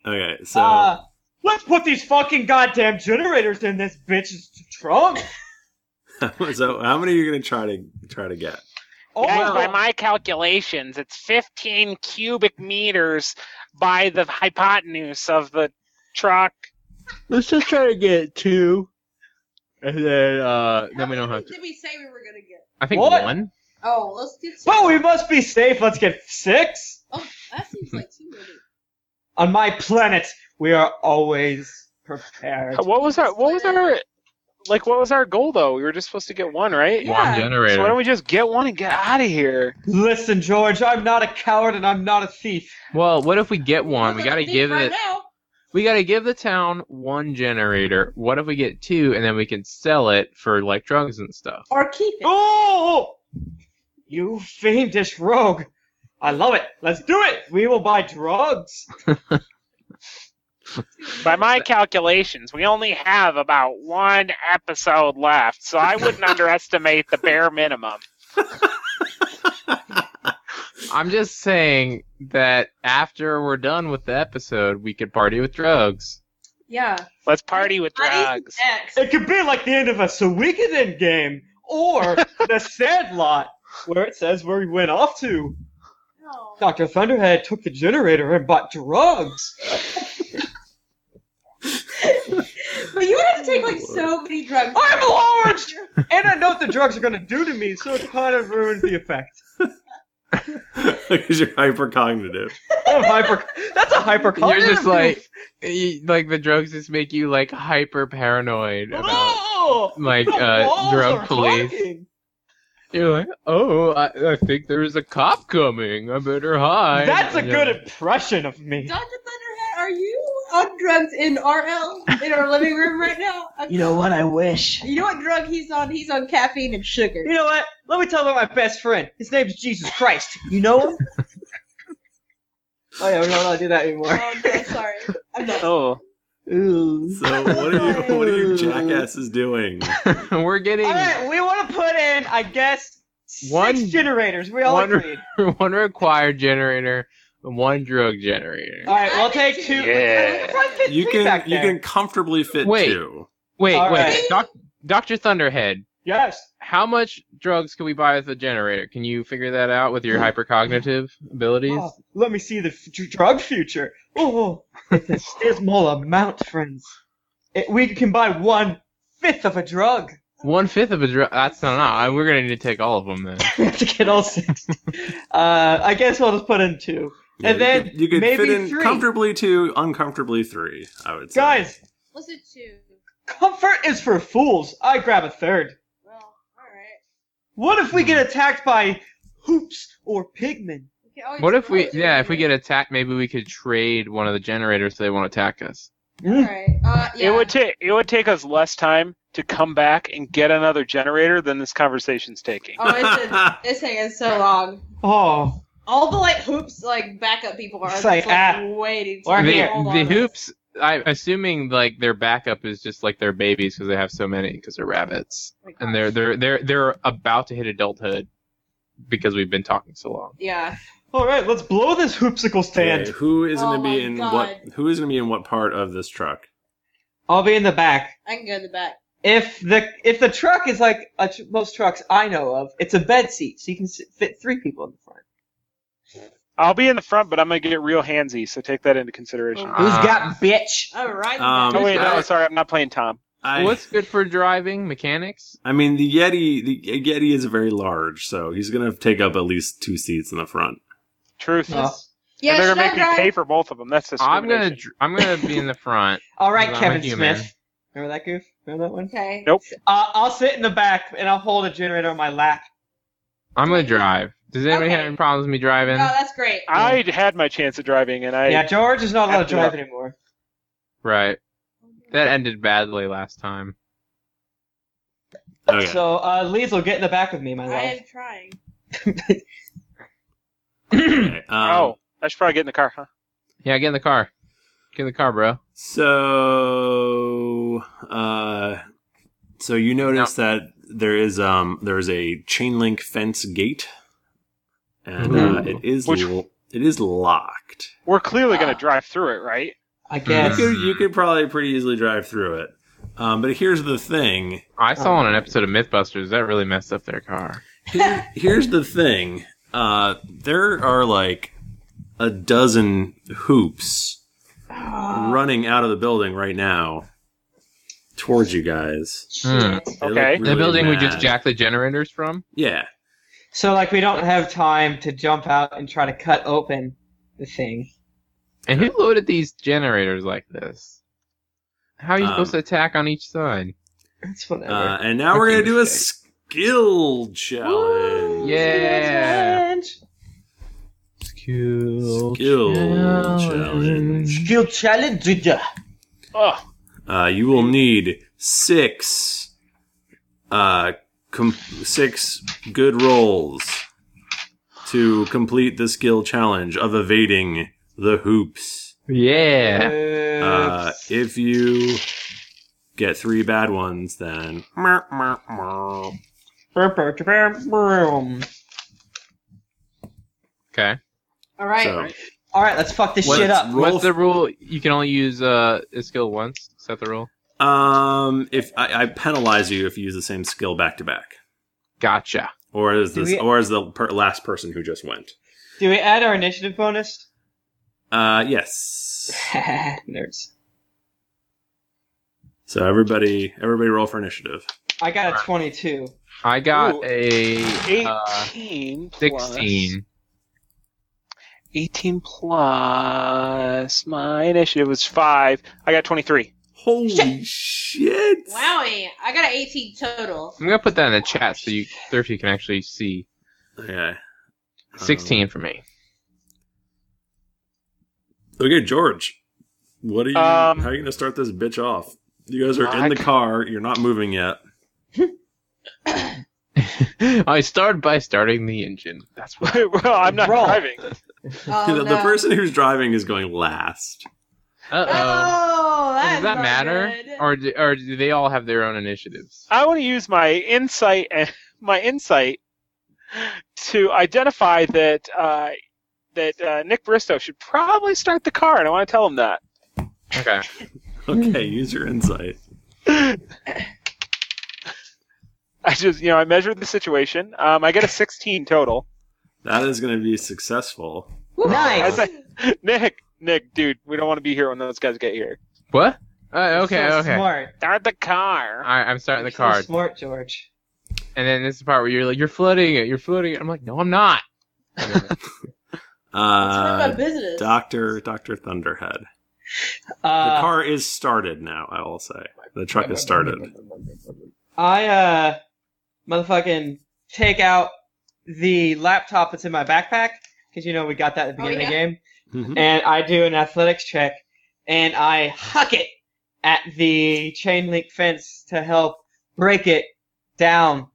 Speaker 3: Okay, so
Speaker 1: Uh, let's put these fucking goddamn generators in this bitch's trunk.
Speaker 3: so how many are you gonna try to try to get?
Speaker 1: Oh,
Speaker 7: Guys, by
Speaker 1: well,
Speaker 7: my calculations, it's 15 cubic meters by the hypotenuse of the truck.
Speaker 5: Let's just try to get two, and then uh,
Speaker 2: How
Speaker 5: then we don't
Speaker 2: many
Speaker 5: have to.
Speaker 2: Did we say we were gonna get?
Speaker 5: I think
Speaker 1: What?
Speaker 5: one.
Speaker 2: Oh, let's get. Two.
Speaker 1: but we must be safe. Let's get six.
Speaker 2: Oh, that seems like too many.
Speaker 1: On my planet, we are always prepared.
Speaker 4: What was our? What was our? Like, what was our goal though? We were just supposed to get one, right?
Speaker 2: Yeah.
Speaker 5: One
Speaker 4: So why don't
Speaker 5: generator.
Speaker 4: we just get one and get out of here?
Speaker 1: Listen, George, I'm not a coward and I'm not a thief.
Speaker 5: Well, what if we get one? We
Speaker 2: Look,
Speaker 5: gotta
Speaker 2: I think
Speaker 5: give
Speaker 2: right
Speaker 5: it.
Speaker 2: Now,
Speaker 5: We gotta give the town one generator. What if we get two, and then we can sell it for like drugs and stuff?
Speaker 2: or keep it.
Speaker 1: Oh! You fiendish rogue. I love it. Let's do it. We will buy drugs.
Speaker 7: By my calculations, we only have about one episode left, so I wouldn't underestimate the bare minimum.
Speaker 5: I'm just saying that after we're done with the episode, we could party with drugs.
Speaker 2: Yeah.
Speaker 7: Let's party with
Speaker 2: Not even
Speaker 7: drugs.
Speaker 2: X.
Speaker 1: It could be like the end of a So We Can End game or the Sandlot, where it says where we went off to.
Speaker 2: No.
Speaker 1: Dr. Thunderhead took the generator and bought drugs.
Speaker 2: But you would have to take like so many drugs.
Speaker 1: I'm large! And I know what the drugs are going to do to me, so it kind of ruins the effect.
Speaker 3: Because you're hypercognitive.
Speaker 1: I'm hyper- That's a hyper
Speaker 5: You're just like, you, like the drugs just make you like hyper paranoid about
Speaker 1: Oh!
Speaker 5: like
Speaker 1: The
Speaker 5: uh,
Speaker 1: walls
Speaker 5: drug
Speaker 1: are
Speaker 5: police.
Speaker 1: talking.
Speaker 5: You're like, oh, I, I think there is a cop coming. I better hide.
Speaker 1: That's a
Speaker 5: You
Speaker 1: good
Speaker 5: know.
Speaker 1: impression of me.
Speaker 2: Dr. Thunderhead, are you on drugs in RL in our living room right now?
Speaker 1: You know what? I wish.
Speaker 2: You know what drug he's on? He's on caffeine and sugar.
Speaker 1: You know what? Let me tell you about my best friend. His name's Jesus Christ. You know him? oh yeah, we don't want to do that anymore.
Speaker 2: Oh no, sorry. I'm not.
Speaker 7: Oh,
Speaker 1: Ooh.
Speaker 3: So what are you what are you jackasses doing?
Speaker 5: We're
Speaker 1: All
Speaker 5: getting
Speaker 1: right, we want to put in, I guess, six
Speaker 5: One-
Speaker 1: generators. We all
Speaker 5: one-
Speaker 1: agreed.
Speaker 5: one required generator, and one drug generator.
Speaker 1: All right, we'll take two.
Speaker 7: Yeah.
Speaker 1: Let's fit
Speaker 3: You
Speaker 1: three
Speaker 3: can
Speaker 1: back
Speaker 3: you
Speaker 1: there.
Speaker 3: can comfortably fit
Speaker 5: Wait.
Speaker 3: two.
Speaker 5: Wait,
Speaker 1: All
Speaker 5: wait,
Speaker 1: right.
Speaker 5: Doc, Doctor Thunderhead.
Speaker 1: Yes.
Speaker 5: How much drugs can we buy with a generator? Can you figure that out with your hypercognitive abilities?
Speaker 1: Oh, let me see the f- dr- drug future. Oh, it's a dismal amount, friends. It, we can buy one fifth of a drug.
Speaker 5: One fifth of a drug. That's not enough. We're gonna need to take all of them then.
Speaker 1: we have to get all six. uh, I guess we'll just put in two.
Speaker 3: Yeah,
Speaker 1: And
Speaker 3: you
Speaker 1: then
Speaker 3: could, you could
Speaker 1: maybe
Speaker 3: fit in
Speaker 1: three.
Speaker 3: comfortably two, uncomfortably three. I would say.
Speaker 1: Guys,
Speaker 6: What's it two?
Speaker 1: comfort is for fools. I grab a third.
Speaker 2: Well, alright.
Speaker 1: What if we get attacked by hoops or pigmen?
Speaker 2: We can always
Speaker 5: What if we?
Speaker 2: rotate
Speaker 5: Yeah, if we
Speaker 2: it.
Speaker 5: get attacked, maybe we could trade one of the generators so they won't attack us.
Speaker 1: Mm.
Speaker 2: Alright. Uh, yeah.
Speaker 4: It would take it would take us less time to come back and get another generator than this conversation's taking.
Speaker 2: Oh, it's, been- it's taking so long.
Speaker 1: Oh,
Speaker 2: All the like hoops, like backup people are
Speaker 1: It's
Speaker 2: just,
Speaker 1: like,
Speaker 2: like,
Speaker 1: ah,
Speaker 2: waiting.
Speaker 1: we're
Speaker 2: to
Speaker 1: here.
Speaker 5: The,
Speaker 2: hold
Speaker 5: the
Speaker 2: on.
Speaker 5: hoops. I'm assuming like their backup is just like their babies because they have so many because they're rabbits
Speaker 2: Oh
Speaker 5: and they're they're they're they're about to hit adulthood because we've been talking so long.
Speaker 2: Yeah.
Speaker 1: all right. Let's blow this hoopsicle stand.
Speaker 3: Okay, who is
Speaker 2: Oh
Speaker 3: going to be
Speaker 2: my
Speaker 3: in
Speaker 2: God.
Speaker 3: what? Who is going to be in what part of this truck?
Speaker 1: I'll be in the back.
Speaker 2: I can go in the back.
Speaker 1: If the if the truck is like a tr- most trucks I know of, it's a bed seat, so you can s- fit three people in the front.
Speaker 4: I'll be in the front, but I'm gonna get real handsy, so take that into consideration.
Speaker 5: Uh,
Speaker 1: Who's got bitch?
Speaker 2: Alright.
Speaker 3: Um,
Speaker 4: Oh wait,
Speaker 3: I-
Speaker 4: no, sorry, I'm not playing Tom.
Speaker 3: I
Speaker 5: What's good for driving? Mechanics.
Speaker 3: I mean the Yeti. The Yeti is very large, so he's going to take up at least two seats in the front.
Speaker 4: Truth.
Speaker 1: No.
Speaker 6: Yeah,
Speaker 4: and they're
Speaker 6: should
Speaker 4: gonna
Speaker 6: I
Speaker 4: make me pay
Speaker 6: drive?
Speaker 4: for both of them. That's
Speaker 5: I'm
Speaker 4: discrimination.
Speaker 5: gonna dr- I'm gonna be in the front.
Speaker 1: All right,
Speaker 5: I'm a
Speaker 1: Kevin
Speaker 5: human.
Speaker 1: Smith. Remember that goof? Remember that one?
Speaker 2: okay.
Speaker 4: Nope.
Speaker 1: Uh, I'll sit in the back and I'll hold a generator on my lap.
Speaker 5: I'm gonna drive. Does anybody have
Speaker 2: Okay.
Speaker 5: any problems with me driving?
Speaker 2: Oh, that's great.
Speaker 3: Uh,
Speaker 4: I had my chance at driving, and I
Speaker 1: Yeah, George is not allowed to
Speaker 4: After that.
Speaker 1: drive anymore.
Speaker 5: right. That ended badly last time.
Speaker 3: Okay.
Speaker 1: So uh, Liesl, get in the back of me, my
Speaker 2: I
Speaker 1: love.
Speaker 2: am trying.
Speaker 3: Okay, um,
Speaker 4: oh, I should probably get in the car, huh?
Speaker 5: Yeah, get in the car. Get in the car, bro.
Speaker 3: So, uh, so you notice that there is um there is a chain link fence gate, and uh,
Speaker 5: Ooh.
Speaker 3: it is
Speaker 4: Which-
Speaker 3: l- it is locked.
Speaker 4: We're clearly gonna drive through it, right?
Speaker 1: I guess.
Speaker 3: You could you could probably pretty easily drive through it. Um, but here's the thing.
Speaker 5: I saw on an episode of MythBusters that really messed up their car.
Speaker 3: Here, here's the thing. Uh, there are like a dozen hoops running out of the building right now towards you guys.
Speaker 5: Hmm.
Speaker 3: They look
Speaker 4: Okay.
Speaker 3: really
Speaker 5: the building we just
Speaker 3: mad.
Speaker 5: jacked the generators from.
Speaker 3: Yeah.
Speaker 1: So like we don't have time to jump out and try to cut open the thing.
Speaker 5: And who loaded these generators like this? How are you
Speaker 3: Um,
Speaker 5: supposed to attack on each side?
Speaker 1: That's whatever.
Speaker 3: Uh, and now we're
Speaker 5: Fucking
Speaker 3: gonna do a
Speaker 5: mistake.
Speaker 3: skill challenge.
Speaker 5: Yeah.
Speaker 1: Challenge.
Speaker 5: Skill,
Speaker 3: Skill challenge.
Speaker 1: Skill challenge.
Speaker 4: Oh,
Speaker 3: Uh, you will need six, uh, com- six good rolls to complete the skill challenge of evading the hoops.
Speaker 5: Yeah.
Speaker 3: Uh, if you get three bad ones, then
Speaker 1: All
Speaker 5: Okay.
Speaker 2: All right.
Speaker 3: So-
Speaker 1: right, let's fuck this
Speaker 5: What-
Speaker 1: shit up.
Speaker 3: Roll
Speaker 5: What's the rule? You can only use uh, a skill once. Is that the rule?
Speaker 3: um, if I, I penalize you if you use the same skill back to back,
Speaker 5: Gotcha.
Speaker 3: or is
Speaker 1: Do
Speaker 3: this,
Speaker 1: we-
Speaker 3: or is the per- last person who just went?
Speaker 1: Do we add our initiative bonus?
Speaker 3: Uh, yes.
Speaker 1: Nerds.
Speaker 3: So everybody, everybody, roll for initiative.
Speaker 1: I got a 22.
Speaker 5: I got
Speaker 4: Ooh.
Speaker 5: a uh,
Speaker 4: 18 plus-
Speaker 5: 16.
Speaker 4: 18 plus my initiative was 5. I got 23.
Speaker 3: Holy shit!
Speaker 2: Wowie. I got an 18 total.
Speaker 5: I'm going to put that in the chat so you Thrifty can actually see.
Speaker 3: Okay.
Speaker 5: 16 for me.
Speaker 3: Um, Okay, George. What are you?
Speaker 4: Um,
Speaker 3: how are you gonna start this bitch off? You guys are
Speaker 5: I
Speaker 3: in the
Speaker 5: c-
Speaker 3: car. You're not moving yet.
Speaker 5: I start by starting the engine. That's what.
Speaker 4: well, I'm not
Speaker 1: Roll.
Speaker 4: driving.
Speaker 2: Oh,
Speaker 3: the, the
Speaker 2: no.
Speaker 3: person who's driving is going last.
Speaker 5: Uh oh.
Speaker 2: Oh,
Speaker 5: Does
Speaker 2: that's
Speaker 5: that
Speaker 2: not
Speaker 5: matter?
Speaker 2: good.
Speaker 5: Or do, or do they all have their own initiatives?
Speaker 4: I want to use my insight and my insight to identify that uh, that uh, Nick Bristow should probably start the car, and I want to tell him that.
Speaker 5: Okay.
Speaker 3: Okay, use your insight.
Speaker 4: I just, you know, I measured the situation. Um, I get a 16 total.
Speaker 3: That is going to be successful.
Speaker 4: As
Speaker 3: Uh,
Speaker 1: Nice.
Speaker 4: I, Nick, Nick, dude, we don't want to be here when those guys get here.
Speaker 5: What? Uh, okay,
Speaker 1: So
Speaker 5: okay.
Speaker 1: Smart.
Speaker 7: Start the car.
Speaker 5: I, I'm starting the
Speaker 1: So
Speaker 5: card.
Speaker 1: smart, George.
Speaker 5: And then this is the part where you're like, you're flooding it, you're flooding it. I'm like, no, I'm not.
Speaker 2: It's none of my
Speaker 3: Uh,
Speaker 2: business.
Speaker 3: Doctor Doctor Thunderhead. The
Speaker 1: Uh,
Speaker 3: car is started now. I will say the truck is started.
Speaker 1: I uh motherfucking take out the laptop that's in my backpack because you know we got that at the
Speaker 2: Oh,
Speaker 1: beginning of the
Speaker 2: yeah?
Speaker 1: game,
Speaker 2: Mm-hmm.
Speaker 3: Mhm.
Speaker 1: and I do an athletics check, and I huck it at the chain link fence to help break it down,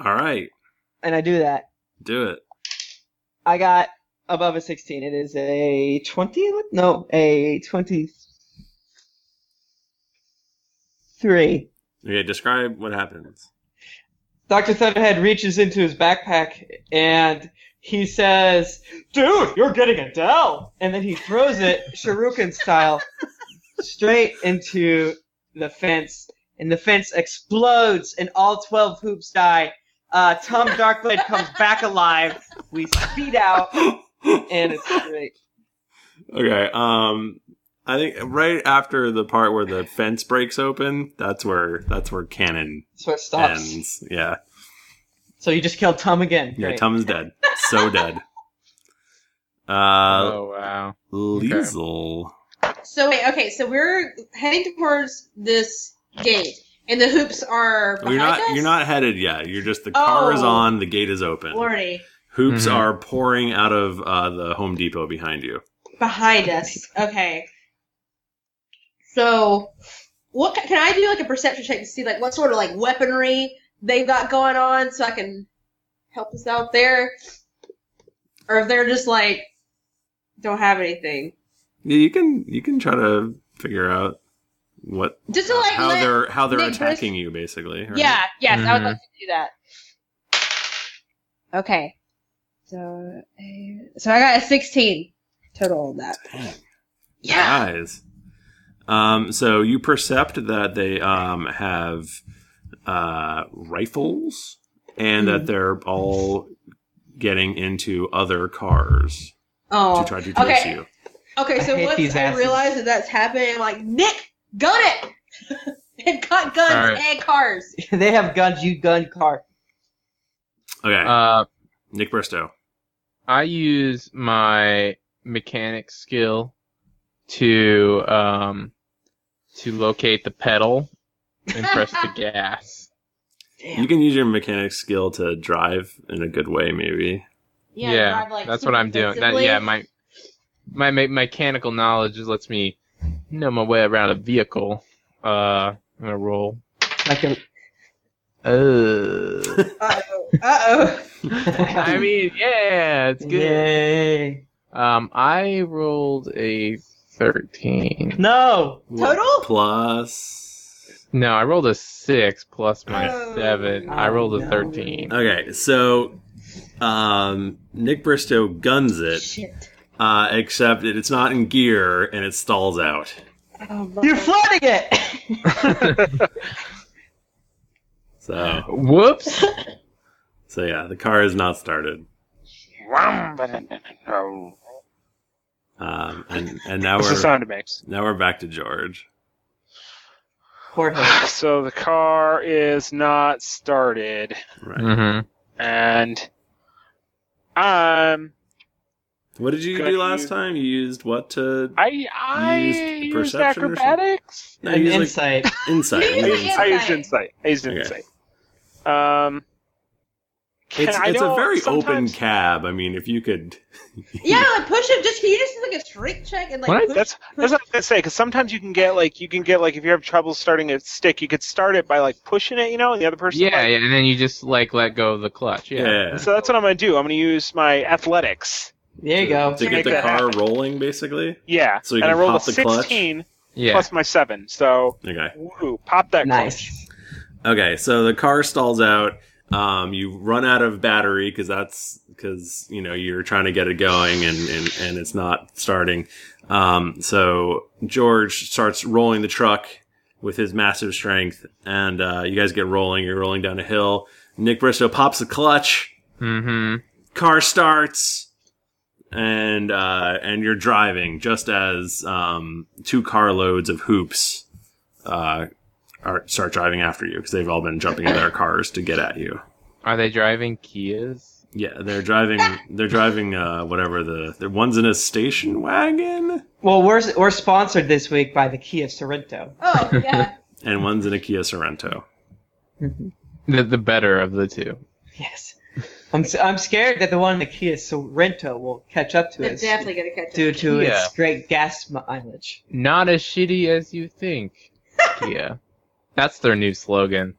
Speaker 3: All right,
Speaker 1: and I do that.
Speaker 3: do it.
Speaker 1: I got above a sixteen. It is a twenty. No, a twenty-three.
Speaker 3: Okay, describe what happens.
Speaker 1: Dr. Thunderhead reaches into his backpack and he says, Dude, you're getting a Dell! And then he throws it, shuriken style, straight into the fence. And the fence explodes and all 12 hoops die. Uh, Tom Darkblade comes back alive. We speed out and it's great.
Speaker 3: Okay. Um, I think right after the part where the fence breaks open, that's where that's where cannon
Speaker 1: That's where it stops.
Speaker 3: ends. Yeah.
Speaker 1: So you just killed Tom again.
Speaker 3: Yeah.
Speaker 1: Great.
Speaker 3: Tom's dead. So dead. Uh,
Speaker 5: oh wow.
Speaker 3: Liesel.
Speaker 2: So wait, okay, so we're heading towards this gate, and the hoops are
Speaker 3: Well,
Speaker 2: behind
Speaker 3: you're not
Speaker 2: us.
Speaker 3: you're not headed yet. You're just the car is
Speaker 2: Oh.
Speaker 3: on, the gate is open.
Speaker 2: Lordy,
Speaker 3: Hoops
Speaker 5: Mhm.
Speaker 3: are pouring out of uh, the Home Depot behind you.
Speaker 2: behind us. Okay. So, what ca- can I do? Like a perception check to see like what sort of like weaponry they've got going on, so I can help us out there, or if they're just like don't have anything.
Speaker 3: Yeah, you can you can try to figure out what
Speaker 2: Just to like
Speaker 3: how
Speaker 2: let-
Speaker 3: they're Mm-hmm. how they're
Speaker 2: Nick Bris-
Speaker 3: attacking you basically. right?
Speaker 2: Yeah, yes, I would
Speaker 5: Mhm.
Speaker 2: love to do that. Okay. So, uh, so I got a 16 total on that.
Speaker 3: Dang.
Speaker 2: Yeah.
Speaker 3: Eyes. Um, so you percept that they um, have uh, rifles and
Speaker 2: Mm-hmm.
Speaker 3: that they're all getting into other cars
Speaker 2: Oh.
Speaker 3: to try to chase
Speaker 2: okay.
Speaker 3: you.
Speaker 2: Okay,
Speaker 1: I
Speaker 2: so
Speaker 1: hate
Speaker 2: once
Speaker 1: these
Speaker 2: I
Speaker 1: asses.
Speaker 2: realize that that's happening, I'm like, Nick, gun it! They've got guns
Speaker 5: All right.
Speaker 2: and cars.
Speaker 1: they have guns, you gun car.
Speaker 3: Okay,
Speaker 5: Uh,
Speaker 3: Nick Bristow.
Speaker 5: I use my mechanic skill to um to locate the pedal and press the gas.
Speaker 2: Damn.
Speaker 3: You can use your mechanic skill to drive in a good way, maybe.
Speaker 2: Yeah, drive, like,
Speaker 5: that's
Speaker 2: super
Speaker 5: what I'm doing. That,
Speaker 2: defensively.
Speaker 5: yeah, my my me- mechanical knowledge just lets me know my way around a vehicle. Uh, I'm gonna roll.
Speaker 1: Like a,
Speaker 5: Uh,
Speaker 2: Uh-oh. Uh-oh.
Speaker 5: I mean, yeah, it's good.
Speaker 1: Yay.
Speaker 5: Um, I rolled a 13.
Speaker 1: No.
Speaker 2: Total?
Speaker 3: Plus.
Speaker 5: No, I rolled a 6 plus my
Speaker 2: Oh.
Speaker 5: 7. I rolled
Speaker 1: Oh,
Speaker 5: a
Speaker 1: no.
Speaker 5: 13.
Speaker 3: Okay, so um, Nick Bristow guns it,
Speaker 2: Shit.
Speaker 3: uh, except that it's not in gear and it stalls out.
Speaker 1: You're flooding it.
Speaker 3: So,
Speaker 5: Whoops!
Speaker 3: so yeah, the car is not started. Um, and and now
Speaker 4: That's the
Speaker 3: we're
Speaker 4: sound it makes.
Speaker 3: now we're back to George.
Speaker 1: Jorge.
Speaker 4: So the car is not started,
Speaker 3: Right.
Speaker 5: hmm
Speaker 4: and um,
Speaker 3: What did you
Speaker 4: Could
Speaker 3: do
Speaker 4: I
Speaker 3: last
Speaker 4: use-
Speaker 3: time? You used what to
Speaker 4: I I
Speaker 3: Used
Speaker 4: used,
Speaker 3: perception or something?
Speaker 4: acrobatics.
Speaker 3: no,
Speaker 1: An
Speaker 3: you used, like,
Speaker 1: insight.
Speaker 3: insight.
Speaker 6: You
Speaker 3: I mean,
Speaker 6: used
Speaker 3: insight.
Speaker 4: I used insight. I used
Speaker 3: Okay.
Speaker 4: insight. Um, can-
Speaker 3: It's
Speaker 4: I
Speaker 3: it's a
Speaker 4: know
Speaker 3: very open
Speaker 4: sometimes-
Speaker 3: cab. I mean, if you could,
Speaker 2: Yeah, like push him. Just can you just do like a strength check and like
Speaker 5: What?
Speaker 2: push?
Speaker 4: That's that's what I was gonna say. Because sometimes you can get like you can get like if you have trouble starting a stick, you could start it by like pushing it, you know, and the other person.
Speaker 5: Yeah,
Speaker 4: like-
Speaker 5: yeah, and then you just like let go of the clutch.
Speaker 3: yeah,
Speaker 5: Yeah.
Speaker 4: So that's what I'm gonna do. I'm gonna use my athletics.
Speaker 1: There you go.
Speaker 3: to
Speaker 4: Make
Speaker 3: get the
Speaker 4: that
Speaker 3: car
Speaker 4: happen.
Speaker 3: rolling, basically.
Speaker 4: Yeah.
Speaker 3: So you
Speaker 4: and
Speaker 3: can
Speaker 4: I rolled
Speaker 3: pop
Speaker 4: a
Speaker 3: the clutch?
Speaker 4: 16
Speaker 5: Yeah.
Speaker 4: plus my seven. So
Speaker 3: Okay.
Speaker 4: woo, pop that clutch.
Speaker 1: Nice.
Speaker 3: Okay, so the car stalls out. Um, you run out of battery because that's because you know you're trying to get it going and and, and it's not starting. Um, so George starts rolling the truck with his massive strength, and uh, you guys get rolling. You're rolling down a hill. Nick Bristow pops the clutch.
Speaker 5: Mm-hmm.
Speaker 3: Car starts, and uh, and you're driving just as um, two carloads of hoops uh, are, start driving after you because they've all been jumping into their cars to get at you.
Speaker 5: Are they driving Kias?
Speaker 3: Yeah, they're driving. They're driving. Uh, whatever the the one's in a station wagon,
Speaker 1: Well, we're we're sponsored this week by the Kia Sorento.
Speaker 2: Oh yeah.
Speaker 3: and one's in a Kia Sorento.
Speaker 1: Mm-hmm.
Speaker 5: The the better of the two.
Speaker 1: Yes. I'm s- I'm scared that the one in the Kia Sorento will catch up to
Speaker 2: They're
Speaker 1: us
Speaker 2: definitely gonna catch
Speaker 1: due
Speaker 2: him.
Speaker 1: to
Speaker 5: Kia.
Speaker 1: its great gas mileage.
Speaker 5: Not as shitty as you think. Kia. That's their new slogan.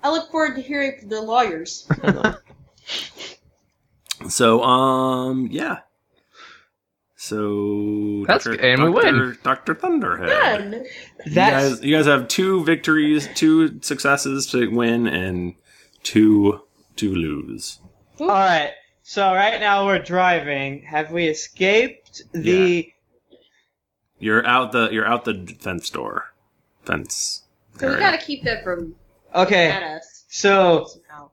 Speaker 2: I look forward to hearing from the lawyers.
Speaker 3: So um yeah. So
Speaker 5: That's good, and we win.
Speaker 3: Doctor Thunderhead.
Speaker 2: Done.
Speaker 3: you
Speaker 1: That's
Speaker 3: guys, you guys have two victories, two successes to win, and two to lose.
Speaker 1: all right. So right now we're driving. Have we escaped the?
Speaker 3: You're out the you're out the fence door, fence.
Speaker 2: So we
Speaker 3: area.
Speaker 2: gotta keep that from at
Speaker 1: Okay.
Speaker 2: us
Speaker 1: So
Speaker 2: somehow.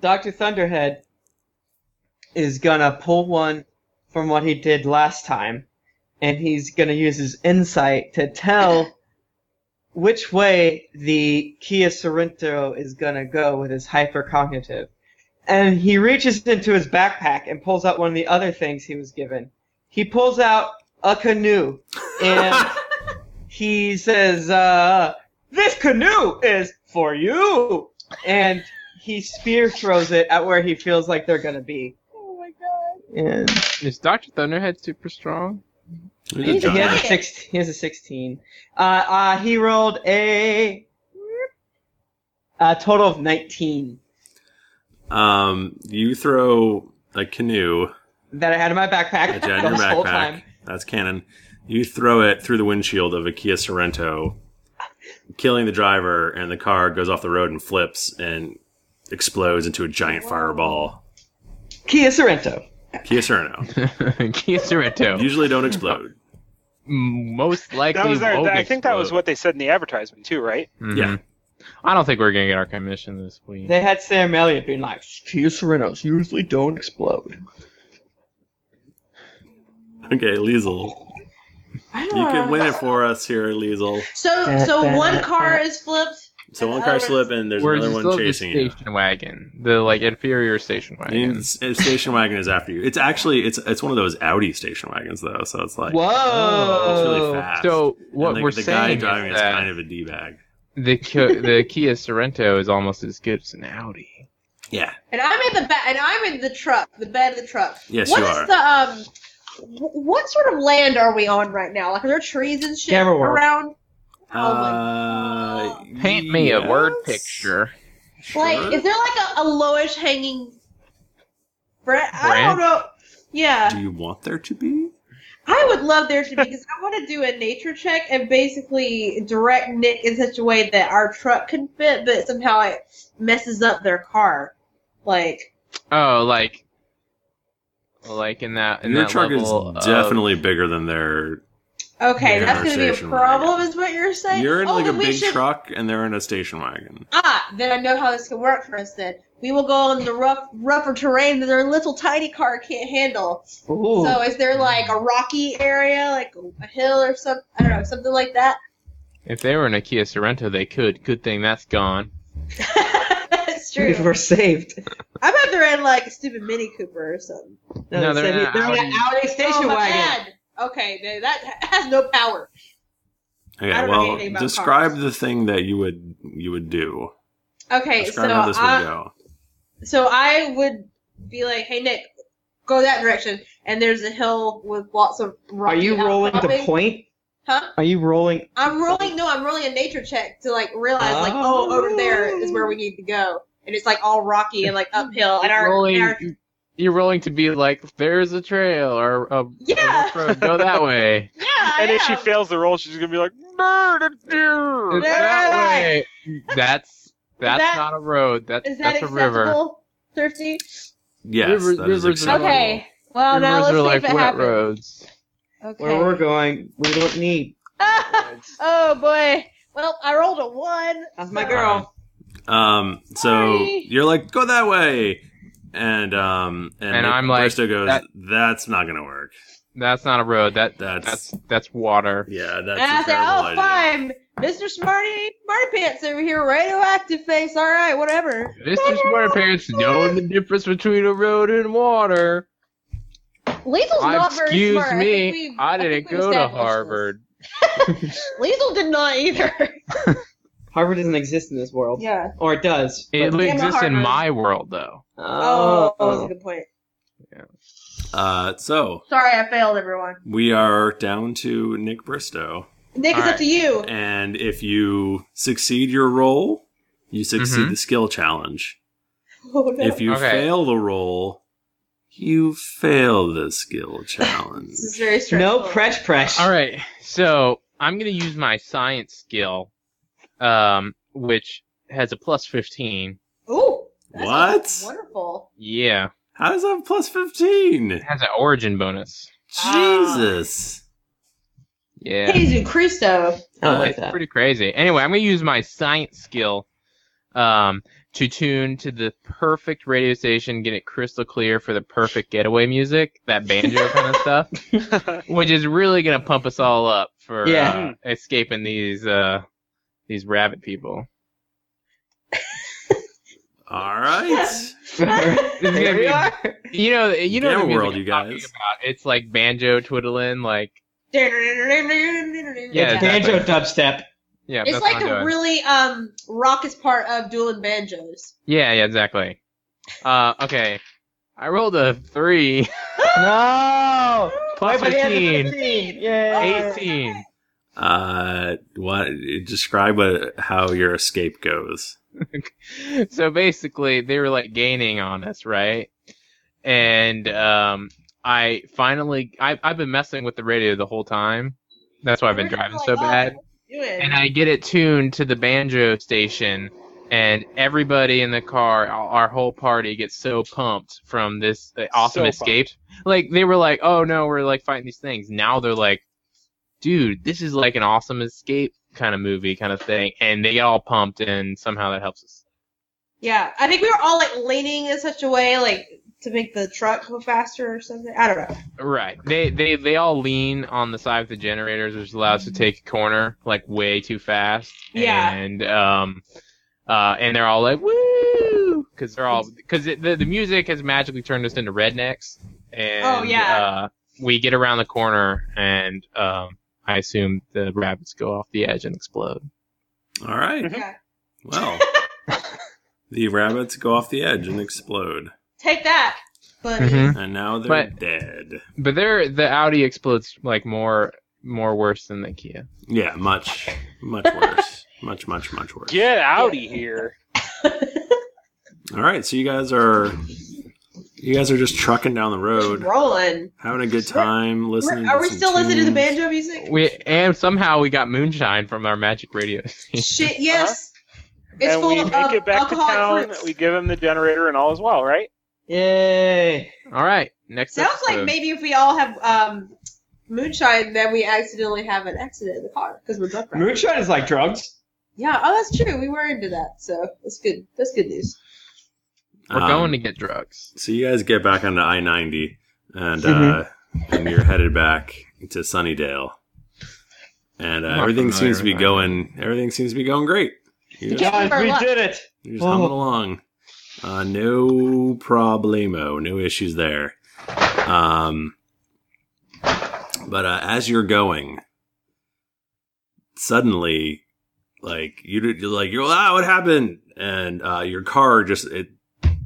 Speaker 1: Doctor Thunderhead is gonna pull one from what he did last time, and he's gonna use his insight to tell which way the Kia Sorento is gonna go with his hypercognitive. And he reaches into his backpack and pulls out one of the other things he was given. He pulls out a canoe, and he says, uh, "This canoe is for you." And he spear throws it at where he feels like they're gonna be. Oh my god! And
Speaker 5: Is Doctor Thunderhead super strong?
Speaker 3: He's a
Speaker 2: He's a
Speaker 1: he
Speaker 3: giant.
Speaker 1: has a six. He has a sixteen. Uh, uh, he rolled a a total of nineteen
Speaker 3: Um, you throw a canoe
Speaker 1: that I had in my backpack
Speaker 3: at you in your
Speaker 1: this whole
Speaker 3: backpack.
Speaker 1: time.
Speaker 3: That's cannon. You throw it through the windshield of a Kia Sorento, killing the driver, and the car goes off the road and flips and explodes into a giant fireball.
Speaker 1: Kia Sorento.
Speaker 3: Kia Sorento
Speaker 5: Kia Sorento.
Speaker 3: usually don't explode.
Speaker 5: Most likely.
Speaker 4: That was their,
Speaker 5: won't
Speaker 4: I think that was
Speaker 5: explode.
Speaker 4: what they said in the advertisement too, right?
Speaker 5: Mhm.
Speaker 3: Yeah.
Speaker 5: I don't think we're gonna get our commission this week.
Speaker 1: They had Sam Elliott being like, "Kia Sorentos usually don't explode."
Speaker 3: Okay, Liesel. You can win it for us here, Liesel.
Speaker 2: So so one car is flipped.
Speaker 3: So
Speaker 2: And
Speaker 3: one
Speaker 2: the
Speaker 3: car
Speaker 2: other
Speaker 3: slip and there's
Speaker 5: we're
Speaker 3: another
Speaker 5: just
Speaker 3: one
Speaker 5: still the
Speaker 3: chasing you.
Speaker 5: station wagon, the like inferior station wagon.
Speaker 3: And s- and station wagon is after you. It's actually it's it's one of those Audi station wagons though, so it's like
Speaker 1: Whoa!
Speaker 3: it's
Speaker 5: Oh.
Speaker 3: really fast.
Speaker 5: So
Speaker 3: And
Speaker 5: what
Speaker 3: the,
Speaker 5: we're
Speaker 3: the guy
Speaker 5: saying
Speaker 3: driving
Speaker 5: is
Speaker 3: is
Speaker 5: that
Speaker 3: kind of a d bag.
Speaker 5: the Ki- the Kia Sorento is almost as good as an Audi.
Speaker 3: Yeah,
Speaker 2: And I'm in the back, and I'm in the truck, the bed of the truck.
Speaker 3: Yes,
Speaker 2: What
Speaker 3: you
Speaker 2: is
Speaker 3: are.
Speaker 2: the um? wh- What sort of land are we on right now? Like, are there trees and shit
Speaker 1: Camera work.
Speaker 2: around? Oh my-
Speaker 3: uh,
Speaker 5: Paint me a word
Speaker 3: yes?
Speaker 5: picture.
Speaker 3: Sure.
Speaker 2: Like, is there like a, a lowish hanging? Bre- I don't
Speaker 5: Branch?
Speaker 2: know. Yeah.
Speaker 3: Do you want there to be?
Speaker 2: I would love there to be because I want to do a nature check and basically direct Nick in such a way that our truck can fit, but somehow it messes up their car. Like,
Speaker 5: Oh, like, like in that in
Speaker 3: Your
Speaker 5: that
Speaker 3: truck is
Speaker 5: level of-
Speaker 3: definitely bigger than their.
Speaker 2: okay,
Speaker 3: Yeah,
Speaker 2: that's going to be a
Speaker 3: conversation,
Speaker 2: problem, is what you're saying.
Speaker 3: You're in
Speaker 2: Oh,
Speaker 3: like a
Speaker 2: then we
Speaker 3: big
Speaker 2: should-
Speaker 3: truck, and they're in a station wagon.
Speaker 2: Ah, then I know how this can work for us. Then we will go on the rough, rougher terrain that their little tiny car can't handle.
Speaker 1: Ooh.
Speaker 2: So, is there like a rocky area, like a hill or something? I don't know, something like that.
Speaker 5: If they were in a Kia Sorento, they could. Good thing that's gone.
Speaker 2: that's true.
Speaker 8: We're saved.
Speaker 2: I bet they're in like a stupid Mini Cooper or something.
Speaker 5: No, they're
Speaker 8: said
Speaker 5: in an
Speaker 8: they're in an Audi station
Speaker 2: oh, my
Speaker 8: wagon.
Speaker 2: bad. Okay, then that has no power. I
Speaker 3: Okay,
Speaker 2: don't know
Speaker 3: well,
Speaker 2: anything about
Speaker 3: describe
Speaker 2: cars.
Speaker 3: the thing that you would you would do.
Speaker 2: Okay,
Speaker 3: Describe
Speaker 2: so
Speaker 3: how this would
Speaker 2: I,
Speaker 3: go.
Speaker 2: so I would be like, "Hey Nick, go that direction." And there's a hill with lots of.
Speaker 8: Are
Speaker 2: rocky
Speaker 8: you rolling the
Speaker 2: outcropping.
Speaker 8: point?
Speaker 2: Huh?
Speaker 8: Are you rolling?
Speaker 2: I'm rolling. No, I'm rolling a nature check to like realize, like, oh, over there is where we need to go, and it's like all rocky and like uphill, and our, and our
Speaker 5: rolling, you're rolling to be like, there's a trail or a, a
Speaker 2: yeah,
Speaker 5: road. Go that way.
Speaker 2: yeah. I
Speaker 7: And if she
Speaker 2: am.
Speaker 7: fails the roll, she's gonna be like, murder.
Speaker 5: It's that way. That's that's
Speaker 2: that-
Speaker 5: not a road. That's
Speaker 2: is that
Speaker 5: that's a river.
Speaker 2: acceptable, Thirsty?
Speaker 3: Yes,
Speaker 5: River-
Speaker 3: that is
Speaker 5: rivers are-
Speaker 3: acceptable.
Speaker 6: Okay. Well,
Speaker 5: Rivers
Speaker 6: now let's
Speaker 5: are
Speaker 6: see
Speaker 5: like
Speaker 6: if it
Speaker 5: wet
Speaker 6: happens.
Speaker 5: roads.
Speaker 6: Okay.
Speaker 8: Where we're going, we don't need.
Speaker 6: oh boy. Well, I rolled a one.
Speaker 8: That's my girl.
Speaker 3: Um, so
Speaker 6: Sorry.
Speaker 3: you're like, go that way, and um, and,
Speaker 5: And
Speaker 3: Nick
Speaker 5: I'm like,
Speaker 3: Bristow goes,
Speaker 5: that-
Speaker 3: that's not gonna work.
Speaker 5: That's not a road. That
Speaker 3: That's-
Speaker 5: that's that's, water.
Speaker 3: Yeah,
Speaker 2: and
Speaker 3: that's
Speaker 2: I
Speaker 3: a
Speaker 2: said,
Speaker 3: terrible
Speaker 2: "Oh,
Speaker 3: idea.
Speaker 2: fine, Mr. Smarty, Smarty Pants over here, radioactive face. All right, whatever."
Speaker 5: Mr. Smarter Parents know the difference between a road and water.
Speaker 6: Liesel's not very
Speaker 5: Excuse
Speaker 6: smart. I
Speaker 5: me,
Speaker 6: think we-
Speaker 5: I,
Speaker 6: think
Speaker 5: didn't
Speaker 6: we
Speaker 5: go to
Speaker 6: established this.
Speaker 5: Harvard.
Speaker 6: Liesel did not either.
Speaker 8: Harvard doesn't exist in this world,
Speaker 2: Yeah.
Speaker 8: or it does.
Speaker 5: It
Speaker 8: but-
Speaker 2: Yeah,
Speaker 5: exists in
Speaker 2: Harvard.
Speaker 5: my world though.
Speaker 2: Oh, that was a
Speaker 8: oh,
Speaker 2: good point.
Speaker 3: Uh, so
Speaker 2: Sorry, I failed everyone.
Speaker 3: we are down to Nick Bristow,
Speaker 2: Nick, it's
Speaker 5: All
Speaker 2: up to you.
Speaker 3: and if you succeed your roll, you succeed
Speaker 5: Mhm.
Speaker 3: the skill challenge.
Speaker 2: Oh, no.
Speaker 3: If you
Speaker 5: Okay.
Speaker 3: fail the roll, you fail the skill challenge.
Speaker 2: this is very stressful.
Speaker 8: no press press.
Speaker 5: All right, so I'm gonna use my science skill, um, which has a plus fifteen.
Speaker 2: Ooh. that
Speaker 3: What?
Speaker 2: sounds Wonderful.
Speaker 5: Yeah,
Speaker 3: How does that have plus fifteen?
Speaker 5: it has an origin bonus.
Speaker 3: Jesus.
Speaker 5: Yeah,
Speaker 2: Jesus Christo.
Speaker 8: I like
Speaker 5: it's
Speaker 8: that.
Speaker 5: pretty crazy. Anyway, I'm gonna use my science skill, um, to tune to the perfect radio station, get it crystal clear for the perfect getaway music, that banjo kind of stuff, which is really gonna pump us all up for
Speaker 8: Yeah.
Speaker 5: uh, escaping these uh, these rabbit people.
Speaker 3: All right.
Speaker 5: This is gonna
Speaker 8: Here we
Speaker 5: be-
Speaker 8: are.
Speaker 5: You know, you know
Speaker 3: Gamma
Speaker 5: the music
Speaker 3: World,
Speaker 5: I'm
Speaker 3: you
Speaker 5: talking
Speaker 3: guys.
Speaker 5: about. It's like banjo twiddling, like
Speaker 2: yeah,
Speaker 5: Yeah,
Speaker 8: Banjo dubstep.
Speaker 5: yeah.
Speaker 2: It's
Speaker 5: that's
Speaker 2: like
Speaker 5: what I'm
Speaker 2: a
Speaker 5: doing.
Speaker 2: really um raucous part of dueling banjos.
Speaker 5: yeah, yeah, exactly. Uh, okay, I rolled a three
Speaker 8: No.
Speaker 5: plus
Speaker 8: Everybody has a
Speaker 5: fifteen.
Speaker 8: 15. Yay.
Speaker 5: 18.
Speaker 3: Uh, what? Describe what, how your escape goes.
Speaker 5: So basically, they were like gaining on us, right? And um, I finally, I, I've been messing with the radio the whole time. That's why I've been
Speaker 2: We're just
Speaker 5: driving
Speaker 2: like,
Speaker 5: so
Speaker 2: oh,
Speaker 5: bad.
Speaker 2: what you doing?
Speaker 5: and I get it tuned to the banjo station, and everybody in the car, our our whole party, gets so pumped from this uh, awesome
Speaker 4: So
Speaker 5: escape. Like they were like, "Oh no, we're like fighting these things." Now they're like, "Dude, this is like an awesome escape kind of movie kind of thing," and they get all pumped, and somehow that helps us.
Speaker 2: Yeah, I think we were all like leaning in such a way, like to make the truck go faster or something. I don't know.
Speaker 5: Right. They they they all lean on the side of the generators, which allows to take a corner like way too fast.
Speaker 2: Yeah.
Speaker 5: And um, uh, and they're all like woo, because they're all because the the music has magically turned us into rednecks. And,
Speaker 2: Oh, yeah.
Speaker 5: Uh, we get around the corner, and um, I assume the rabbits go off the edge and explode.
Speaker 3: All
Speaker 5: Mm-hmm.
Speaker 3: right.
Speaker 2: Yeah.
Speaker 3: Well, the rabbits go off the edge and explode,
Speaker 2: Take that, buddy.
Speaker 5: Mm-hmm.
Speaker 3: and now they're
Speaker 5: But-
Speaker 3: dead.
Speaker 5: But they're the Audi explodes like more more worse than the Kia.
Speaker 3: Yeah, much, much worse. much, much, much worse.
Speaker 7: Get out of here.
Speaker 3: All right. So you guys are You guys are just trucking down the road,
Speaker 2: Rolling.
Speaker 3: having a good time, listening.
Speaker 2: Are
Speaker 3: to
Speaker 2: we
Speaker 3: some
Speaker 2: still listening to the
Speaker 3: tunes.
Speaker 2: banjo music?
Speaker 5: We and somehow we got moonshine from our magic radio.
Speaker 2: Shit, yes. It's
Speaker 4: Uh-huh. and
Speaker 2: full
Speaker 4: we
Speaker 2: of
Speaker 4: make it back to
Speaker 2: alcoholic
Speaker 4: town.
Speaker 2: fruits.
Speaker 4: We give him the generator and all as well, right?
Speaker 8: Yay!
Speaker 5: All right, next.
Speaker 2: Sounds like
Speaker 5: episode.
Speaker 2: maybe if we all have um, moonshine, then we accidentally have an accident in the car because we're drunk. Right?
Speaker 8: Moonshine is like drugs.
Speaker 2: Yeah, oh, that's true. We were into that, so that's good. That's good news.
Speaker 5: we're
Speaker 3: Um,
Speaker 5: going to get drugs.
Speaker 3: So you guys get back onto I ninety, and uh,
Speaker 8: Mhm.
Speaker 3: and you're headed back to Sunnydale, and uh,
Speaker 5: I'm not
Speaker 3: everything
Speaker 5: familiar
Speaker 3: seems to be
Speaker 5: with
Speaker 3: going. Everything seems to be going great. You're just,
Speaker 8: Guys, we did it.
Speaker 3: you're just humming
Speaker 8: Oh.
Speaker 3: along. Uh, no problemo, no issues there. Um, but uh, as you're going, suddenly, like you, did- you're like you're like, ah, what happened? And uh, your car just it,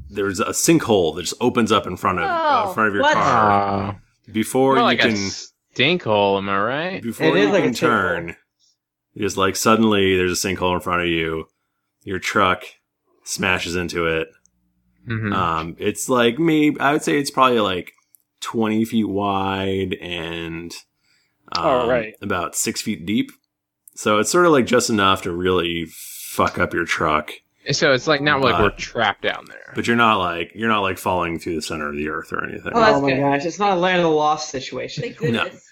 Speaker 3: there's a sinkhole that just opens up in front of uh,
Speaker 6: Oh,
Speaker 3: in front of your
Speaker 2: what?
Speaker 3: car
Speaker 5: Uh,
Speaker 3: before
Speaker 5: more
Speaker 3: you
Speaker 5: like a
Speaker 3: can
Speaker 5: stink hole, am I right?
Speaker 3: before
Speaker 8: It is
Speaker 3: you
Speaker 8: like a
Speaker 3: can
Speaker 8: sinkhole.
Speaker 3: turn. you Just like suddenly, there's a sinkhole in front of you. Your truck smashes into it.
Speaker 5: Mhm.
Speaker 3: Um, it's like maybe I would say it's probably like twenty feet wide and um,
Speaker 5: Oh,
Speaker 4: All right.
Speaker 3: about six feet deep. So it's sort of like just enough to really fuck up your truck,
Speaker 5: so it's like not like
Speaker 3: uh,
Speaker 5: we're trapped down there.
Speaker 3: but you're not like you're not like falling through the center of the earth or anything.
Speaker 2: Oh, that's
Speaker 8: oh my
Speaker 2: good.
Speaker 8: gosh, it's not a land of the lost situation.
Speaker 2: Thank goodness.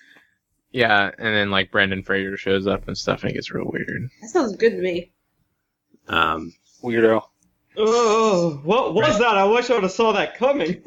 Speaker 5: Yeah, and then like Brendan Fraser shows up and stuff, and it gets real weird.
Speaker 2: That sounds good to me.
Speaker 3: Um,
Speaker 4: Weirdo.
Speaker 8: Oh, what was that? I wish I would have saw that coming.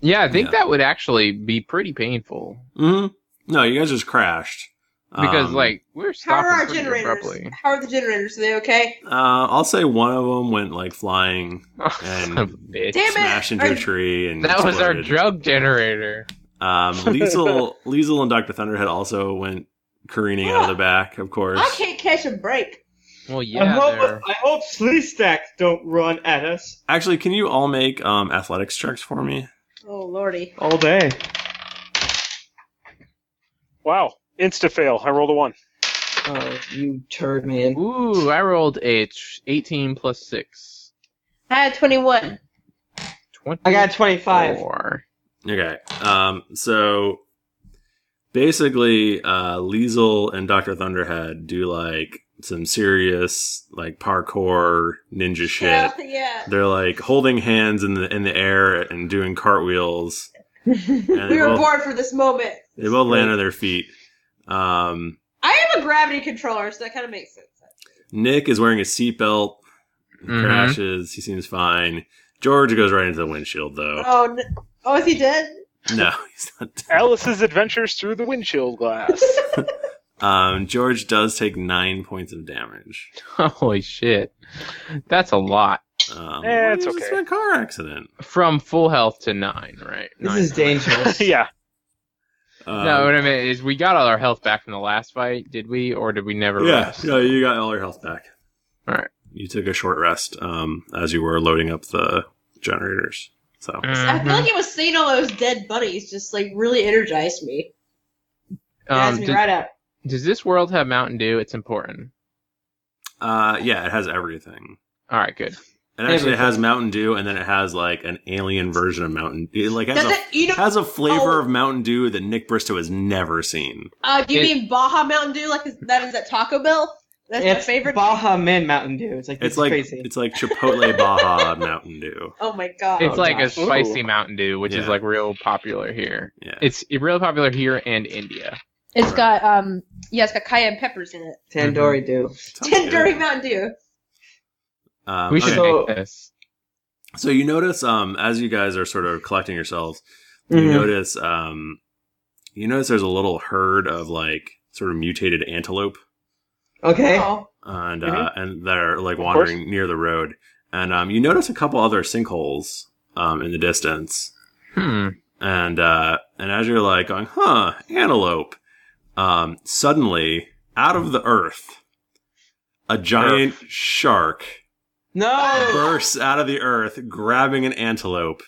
Speaker 5: Yeah, I think
Speaker 3: Yeah.
Speaker 5: that would actually be pretty painful
Speaker 3: mhm. No, you guys just crashed
Speaker 5: because
Speaker 3: Um,
Speaker 5: like we're
Speaker 2: How
Speaker 5: stopping
Speaker 2: are our
Speaker 5: pretty
Speaker 2: generators?
Speaker 5: abruptly.
Speaker 2: How are the generators? Are they okay?
Speaker 3: Uh, I'll say one of them went like flying,
Speaker 5: Son of a bitch.
Speaker 2: Damn it!
Speaker 3: smashed into
Speaker 2: Are-
Speaker 3: a tree, and
Speaker 5: That was our
Speaker 3: exploded.
Speaker 5: drug generator.
Speaker 3: Um, Liesel, Liesel, and Doctor Thunderhead also went careening out of the back, of course.
Speaker 2: Ah, I can't catch a break.
Speaker 5: Well,
Speaker 8: I
Speaker 5: yeah,
Speaker 8: hope
Speaker 5: they're-
Speaker 8: I hope Sleestack don't run at us
Speaker 3: Actually, can you all make um, athletics checks for me?
Speaker 2: Oh lordy.
Speaker 8: all day.
Speaker 4: Wow. Insta fail. I rolled a one.
Speaker 8: Oh, you turned me in.
Speaker 5: Ooh, I rolled a tr- 18 plus 6.
Speaker 2: I had twenty one.
Speaker 5: 20.
Speaker 8: I got 25.
Speaker 5: Oh,
Speaker 3: Okay. Um, so basically, uh, Liesel and Doctor Thunderhead do like some serious like parkour ninja shit.
Speaker 2: Yeah, yeah.
Speaker 3: They're like holding hands in the in the air and doing cartwheels. And they
Speaker 2: We were
Speaker 3: both-
Speaker 2: born for this moment.
Speaker 3: They both land on their feet. Um,
Speaker 2: I have a gravity controller, so that kind of makes sense.
Speaker 3: Nick is wearing a seatbelt. He
Speaker 5: Mhm.
Speaker 3: Crashes. He seems fine. George goes right into the windshield, though.
Speaker 2: Oh, no. oh, is he dead?
Speaker 3: No, he's not. dead.
Speaker 4: Alice's adventures through the windshield glass.
Speaker 3: Um, George does take nine points of damage.
Speaker 5: Holy shit. That's a lot.
Speaker 3: Um,
Speaker 4: Eh, it's
Speaker 3: it was
Speaker 4: okay.
Speaker 3: a car accident.
Speaker 5: From full health to 9, right?
Speaker 8: This
Speaker 5: Nine.
Speaker 8: is dangerous.
Speaker 4: yeah.
Speaker 3: Um,
Speaker 5: No, what I mean is we got all our health back from the last fight, did we? Or did we never
Speaker 3: yeah,
Speaker 5: rest?
Speaker 3: yeah, you got all your health back.
Speaker 5: All right.
Speaker 3: You took a short rest um, as you were loading up the generators. So
Speaker 2: I feel
Speaker 5: Mhm.
Speaker 2: like it was seeing all those dead buddies just like really energized me.
Speaker 5: Um,
Speaker 2: Jazzed me
Speaker 5: does,
Speaker 2: right up.
Speaker 5: does this world have Mountain Dew? It's important.
Speaker 3: uh, yeah, it has everything.
Speaker 5: All right, good.
Speaker 3: It actually has Mountain Dew, and then it has like an alien version of Mountain. Dew. Like it has
Speaker 2: Does
Speaker 3: a
Speaker 2: it, you know,
Speaker 3: has a flavor
Speaker 2: Oh.
Speaker 3: of Mountain Dew that Nick Bristow has never seen.
Speaker 2: uh, do you
Speaker 5: it-
Speaker 2: mean Baja Mountain Dew? Like is, that is that Taco Bell? That's my
Speaker 8: it's
Speaker 2: favorite.
Speaker 8: Baja Man Mountain Dew. It's like
Speaker 3: It's
Speaker 8: it's
Speaker 3: like
Speaker 8: crazy.
Speaker 3: it's like Chipotle Baja Mountain Dew.
Speaker 2: oh my god.
Speaker 5: It's like
Speaker 8: gosh.
Speaker 5: a spicy Mountain Dew, which is
Speaker 3: Yeah.
Speaker 5: like real popular here.
Speaker 3: Yeah.
Speaker 5: It's real popular here and India.
Speaker 6: It's got um
Speaker 2: yeah, it's got cayenne peppers in it.
Speaker 8: Tandoori Dew.
Speaker 3: Sounds
Speaker 2: Ten dirty
Speaker 3: good.
Speaker 2: Mountain Dew.
Speaker 3: Um,
Speaker 5: We
Speaker 3: okay.
Speaker 5: should
Speaker 8: So-
Speaker 5: make this.
Speaker 3: So you notice, um, as you guys are sort of collecting yourselves, you
Speaker 5: Mm-hmm.
Speaker 8: Mhm.
Speaker 3: notice, um, you notice there's a little herd of like sort of mutated antelope,
Speaker 8: Okay.
Speaker 2: Oh,
Speaker 3: and
Speaker 4: Mhm.
Speaker 8: Mm-hmm.
Speaker 3: uh, and they're like
Speaker 4: Of
Speaker 3: wandering near the road, and um, you notice a couple other sinkholes um, in the distance,
Speaker 5: Hmm.
Speaker 3: and uh, and as you're like going, huh, antelope, um, suddenly out of the earth, a giant shark
Speaker 8: No.
Speaker 3: bursts out of the earth, grabbing an antelope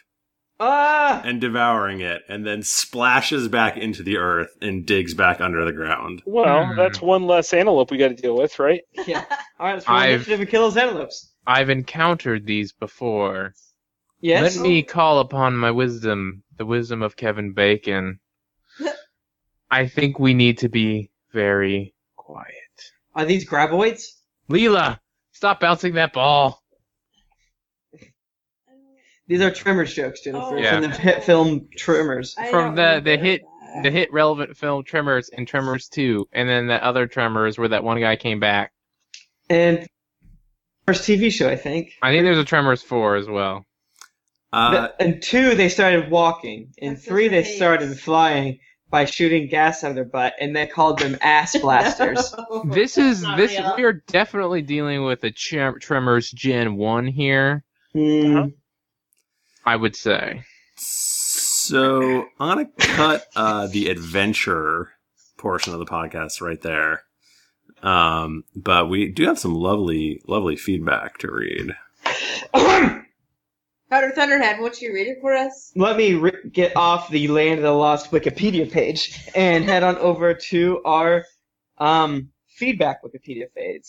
Speaker 8: Ah.
Speaker 3: and devouring it, and then splashes back into the earth and digs back under the ground.
Speaker 4: Well,
Speaker 5: Hmm.
Speaker 4: that's one less antelope we got to deal with, right?
Speaker 8: Yeah. All right. Let's
Speaker 5: I've-
Speaker 8: roll initiative and kill those antelopes.
Speaker 5: I've encountered these before.
Speaker 1: Yes.
Speaker 5: Let me call upon my wisdom, the wisdom of Kevin Bacon. I think we need to be very quiet.
Speaker 1: Are these graboids?
Speaker 5: Leela, stop bouncing that ball.
Speaker 1: These are Tremors jokes, Jennifer.
Speaker 2: Oh.
Speaker 1: From the hit film Tremors.
Speaker 2: I don't
Speaker 5: From the- the
Speaker 2: remember
Speaker 5: hit-
Speaker 2: that.
Speaker 5: The hit relevant film Tremors and Tremors 2, and then that other Tremors where that one guy came back.
Speaker 1: And first TV show, I think.
Speaker 5: I think there's a Tremors 4 as well.
Speaker 3: Uh,
Speaker 1: Th- and two, they started walking. And
Speaker 2: That's
Speaker 1: three, they
Speaker 2: right.
Speaker 1: started flying by shooting gas out of their butt, and they called them ass blasters.
Speaker 2: No.
Speaker 5: This is
Speaker 2: Not
Speaker 5: this
Speaker 2: real.
Speaker 5: we are definitely dealing with a Tre- Tremors Gen 1 here,
Speaker 1: Hmm.
Speaker 4: Uh-huh.
Speaker 5: I would say.
Speaker 3: so I'm gonna cut uh, the adventure portion of the podcast right there. Um, but we do have some lovely, lovely feedback to read.
Speaker 2: Uh-huh. Powder Thunderhead, won't you read it for us?
Speaker 1: Let me ri get off the Land of the Lost Wikipedia page and head on over to our um, feedback Wikipedia page.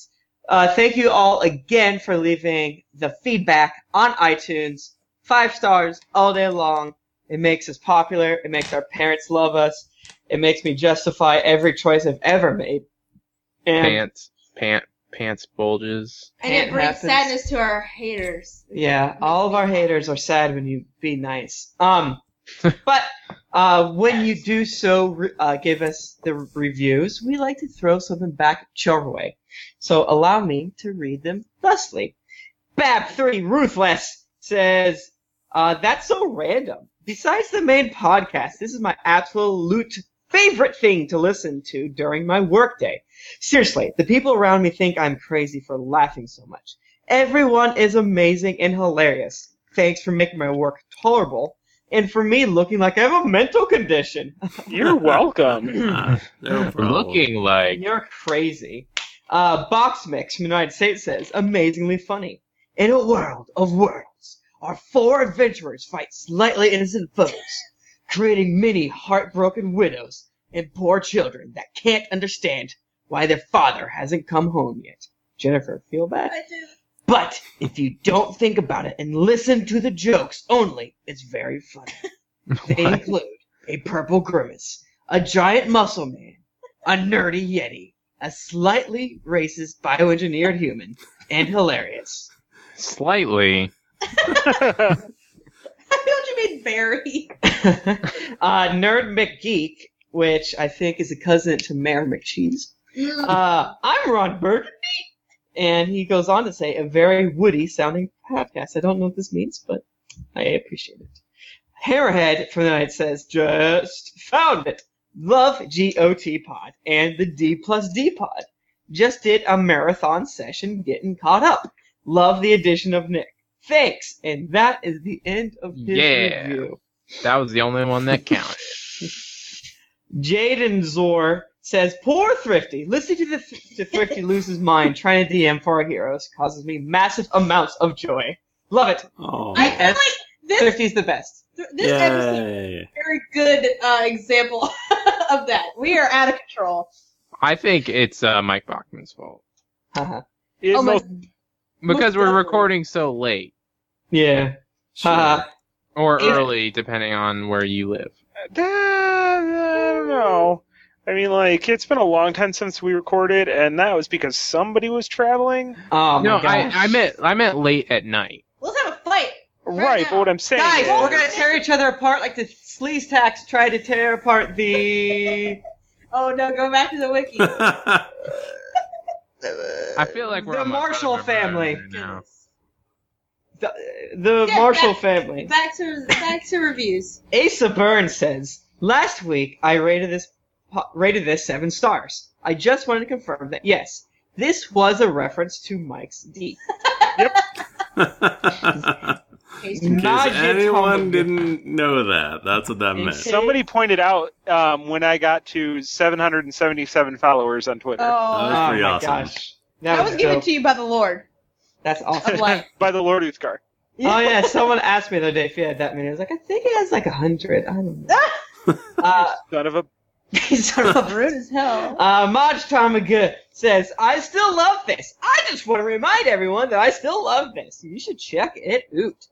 Speaker 1: Uh, thank you all again for leaving the feedback on iTunes. Five stars all day long. It makes us popular. It makes our parents love us. It makes me justify every choice I've ever made. And
Speaker 5: Pants, pant, pants bulges.
Speaker 2: And
Speaker 1: It
Speaker 2: it brings
Speaker 1: happens.
Speaker 2: sadness to our haters.
Speaker 1: Yeah, all of our haters are sad when you be nice. Um, but uh, when you do so, re- uh, give us the re- reviews. We like to throw something back your way, so allow me to read them thusly. Bab three ruthless says, uh, "That's so random." Besides the main podcast, this is my absolute favorite thing to listen to during my workday. Seriously, the people around me think I'm crazy for laughing so much. Everyone is amazing and hilarious. Thanks for making my work tolerable and for me looking like I have a mental condition.
Speaker 4: You're welcome.
Speaker 3: Uh, no problem.
Speaker 5: Looking like
Speaker 1: You're crazy. Uh, Box Mix from the United States says, amazingly funny. In a world of worlds, our four adventurers fight slightly innocent foes, creating many heartbroken widows and poor children that can't understand why their father hasn't come home yet. Jennifer, feel bad? But if you don't think about it and listen to the jokes only, it's very funny. They include a purple grimace, a giant muscle man, a nerdy yeti, a slightly racist bioengineered human, and hilarious.
Speaker 5: slightly.
Speaker 2: I feel what you mean, Barry.
Speaker 1: uh, Nerd McGeek, which I think is a cousin to Mayor McCheese.
Speaker 2: Mm.
Speaker 1: Uh, I'm Ron Burgundy. And he goes on to say, a very woody sounding podcast. I don't know what this means, but I appreciate it. Hairhead from the night says, just found it. Love GOT pod and the D plus D pod. Just did a marathon session getting caught up. Love the addition of Nick. Thanks. And that is the end of his
Speaker 5: Yeah.
Speaker 1: review.
Speaker 5: That was the only one that counted.
Speaker 1: Jaden Zor says, "Poor Thrifty. Listening to the th- to Thrifty lose his mind trying to DM for our heroes causes me massive amounts of joy. Love it.
Speaker 3: Oh,
Speaker 2: I feel like this
Speaker 1: Thrifty's the best.
Speaker 2: this episode
Speaker 3: yay.
Speaker 2: is a very good uh, example of that. We are out of control.
Speaker 5: I think it's uh, Mike Bachman's fault
Speaker 1: Haha.
Speaker 4: It is
Speaker 2: Oh my-
Speaker 4: most-
Speaker 5: because we're
Speaker 2: definitely.
Speaker 5: recording so late
Speaker 1: yeah. Haha.
Speaker 5: or
Speaker 1: Yeah.
Speaker 5: early, depending on where you live.
Speaker 4: Uh, I don't know. I mean, like, it's been a long time since we recorded, and that was because somebody was traveling.
Speaker 1: Oh my
Speaker 5: no, I,
Speaker 1: gosh.
Speaker 5: I meant I meant late at night.
Speaker 2: Let's have a fight.
Speaker 4: Right,
Speaker 2: Right
Speaker 4: but
Speaker 2: now.
Speaker 4: what I'm saying
Speaker 1: Guys,
Speaker 4: is,
Speaker 1: we're gonna tear each other apart like the sleaze tax tried to tear apart the.
Speaker 2: Oh no, go back to the wiki.
Speaker 5: I feel like we're
Speaker 1: the
Speaker 5: on my
Speaker 1: Marshall
Speaker 5: phone number
Speaker 1: family.
Speaker 5: right now.
Speaker 1: The, the
Speaker 2: Yeah,
Speaker 1: Marshall
Speaker 2: that-
Speaker 1: family.
Speaker 2: Back to back to reviews.
Speaker 1: Asa Burns says, "Last week I rated this po- rated this seven stars. I just wanted to confirm that yes, this was a reference to Mike's D.
Speaker 3: In case
Speaker 1: Not yet
Speaker 3: anyone
Speaker 1: humble.
Speaker 3: didn't know that, that's what that
Speaker 1: In
Speaker 3: meant.
Speaker 1: case-
Speaker 4: somebody pointed out um, when I got to 777 followers on Twitter
Speaker 3: That was
Speaker 2: Oh,
Speaker 1: oh
Speaker 3: pretty
Speaker 1: my
Speaker 3: awesome.
Speaker 1: gosh, that
Speaker 2: I
Speaker 1: was,
Speaker 2: was given
Speaker 1: dope.
Speaker 2: to you by the Lord
Speaker 1: That's
Speaker 2: of
Speaker 1: awesome.
Speaker 2: light.
Speaker 4: by the Lord Uthgar.
Speaker 1: oh yeah, someone asked me the other day if he had that many. I was like, I think he has like a hundred. I don't know. uh,
Speaker 4: Son of a.
Speaker 2: He's sort of rude as hell.
Speaker 1: uh, Maj Tamaga says, I still love this. I just want to remind everyone that I still love this. You should check it out.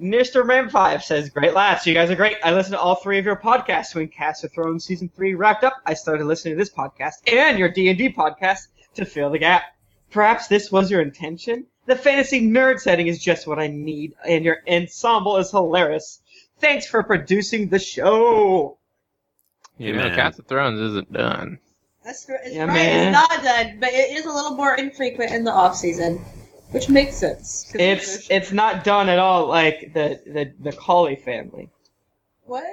Speaker 1: Mr. Ram5 says, Great lads, you guys are great. I listened to all three of your podcasts. When Cast of Thrones Season 3 wrapped up, I started listening to this podcast and your D&D podcast to fill the gap. Perhaps this was your intention? The fantasy nerd setting is just what I need, and your ensemble is hilarious. Thanks for producing the show.
Speaker 5: You
Speaker 3: Amen.
Speaker 5: know, Cast of Thrones isn't done.
Speaker 2: That's gr- it's
Speaker 1: Yeah,
Speaker 2: right.
Speaker 1: man.
Speaker 2: It's not done, but it is a little more infrequent in the off season, which makes sense. 'cause
Speaker 1: It's
Speaker 2: there's-
Speaker 1: it's not done at all like the the the Collie family.
Speaker 2: what?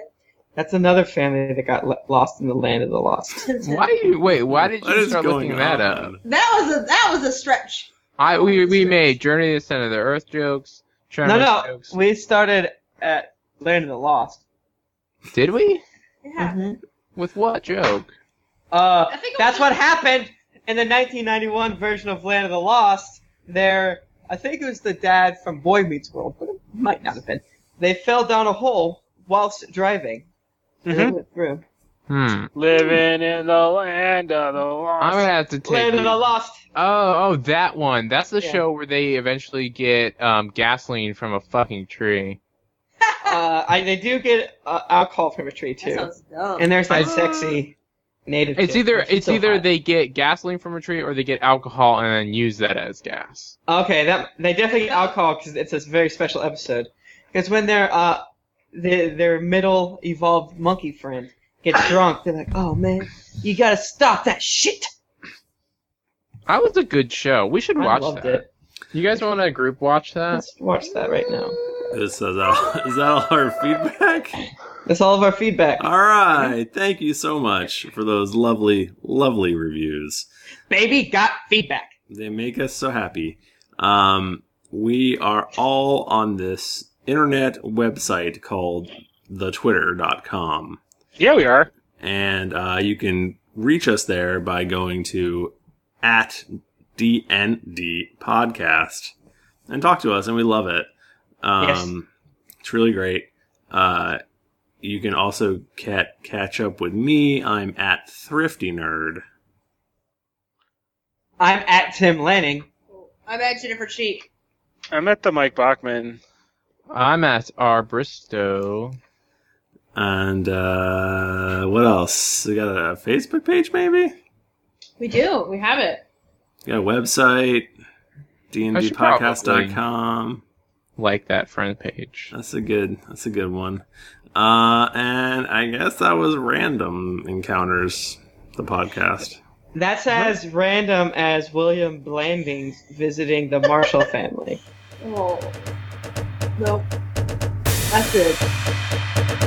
Speaker 1: That's another family that got le- lost in the land of the lost.
Speaker 5: Why do you wait? Why did
Speaker 3: What
Speaker 5: you
Speaker 3: is
Speaker 5: start
Speaker 3: going
Speaker 5: looking
Speaker 3: on?
Speaker 5: that up?
Speaker 2: That was a that was a stretch.
Speaker 5: I we we made Journey to the Center of the Earth jokes.
Speaker 1: No,
Speaker 5: Tremors
Speaker 1: no,
Speaker 5: jokes.
Speaker 1: we started at land of the lost.
Speaker 5: Did we?
Speaker 2: Yeah.
Speaker 5: With what joke?
Speaker 1: Uh,
Speaker 2: I think
Speaker 1: Mm-hmm.
Speaker 2: it
Speaker 1: that's
Speaker 2: was-
Speaker 1: what happened in the 1991 version of Land of the Lost. There, I think it was the dad from Boy Meets World, but it might not have been. They fell down a hole whilst driving.
Speaker 5: Mm-hmm.
Speaker 1: And they went through.
Speaker 5: Hmm.
Speaker 4: Living in the land of the
Speaker 5: I'm gonna
Speaker 4: lost.
Speaker 5: have to take.
Speaker 1: Land of
Speaker 5: you-
Speaker 1: the Lost.
Speaker 5: Oh, oh, that one. That's the
Speaker 1: Yeah.
Speaker 5: show where they eventually get um, gasoline from a fucking tree.
Speaker 1: Uh, I, they do get uh, alcohol from a tree
Speaker 2: That
Speaker 1: too,
Speaker 2: sounds dumb.
Speaker 1: and there's that
Speaker 5: I-
Speaker 1: sexy native.
Speaker 5: It's
Speaker 1: chick,
Speaker 5: either
Speaker 1: which is
Speaker 5: it's
Speaker 1: so
Speaker 5: either
Speaker 1: hot.
Speaker 5: they get gasoline from a tree or they get alcohol and then use that as gas.
Speaker 1: Okay, that they definitely get alcohol because it's a very special episode. Because when their uh, the, their middle evolved monkey friend gets drunk, they're like, "Oh man, you gotta stop that shit."
Speaker 5: That was a good show. We should
Speaker 1: I
Speaker 5: watch
Speaker 1: loved
Speaker 5: that.
Speaker 1: it.
Speaker 5: You guys want to group watch that?
Speaker 1: Let's watch that right now.
Speaker 3: This is, all, is that all our feedback?
Speaker 1: That's all of our feedback.
Speaker 9: Uh,
Speaker 3: All right. Thank you so much for those lovely, lovely reviews.
Speaker 1: Baby got feedback.
Speaker 3: They make us so happy. Um, we are all on this internet website called thetwitter.com.
Speaker 10: Yeah, we are.
Speaker 3: And uh, you can reach us there by going to at DND podcast and talk to us, and we love it. Um, It's really great. Uh, you can also cat- catch up with me. I'm at Thrifty Nerd.
Speaker 1: I'm at Tim Lanning.
Speaker 2: I'm at Jennifer Cheek.
Speaker 10: I'm at the Mike Bachman.
Speaker 5: I'm at R Bristow.
Speaker 3: And uh, what else? We got a Facebook page, maybe?
Speaker 2: We do. We have it.
Speaker 3: We got a website,
Speaker 5: I should probably-
Speaker 3: dndpodcast.com.
Speaker 5: Like that friend page.
Speaker 3: That's a good. That's a good one. Uh, and I guess that was random encounters. The podcast.
Speaker 1: That's as random as William Blandings visiting the Marshall family.
Speaker 2: Oh. Nope. That's good.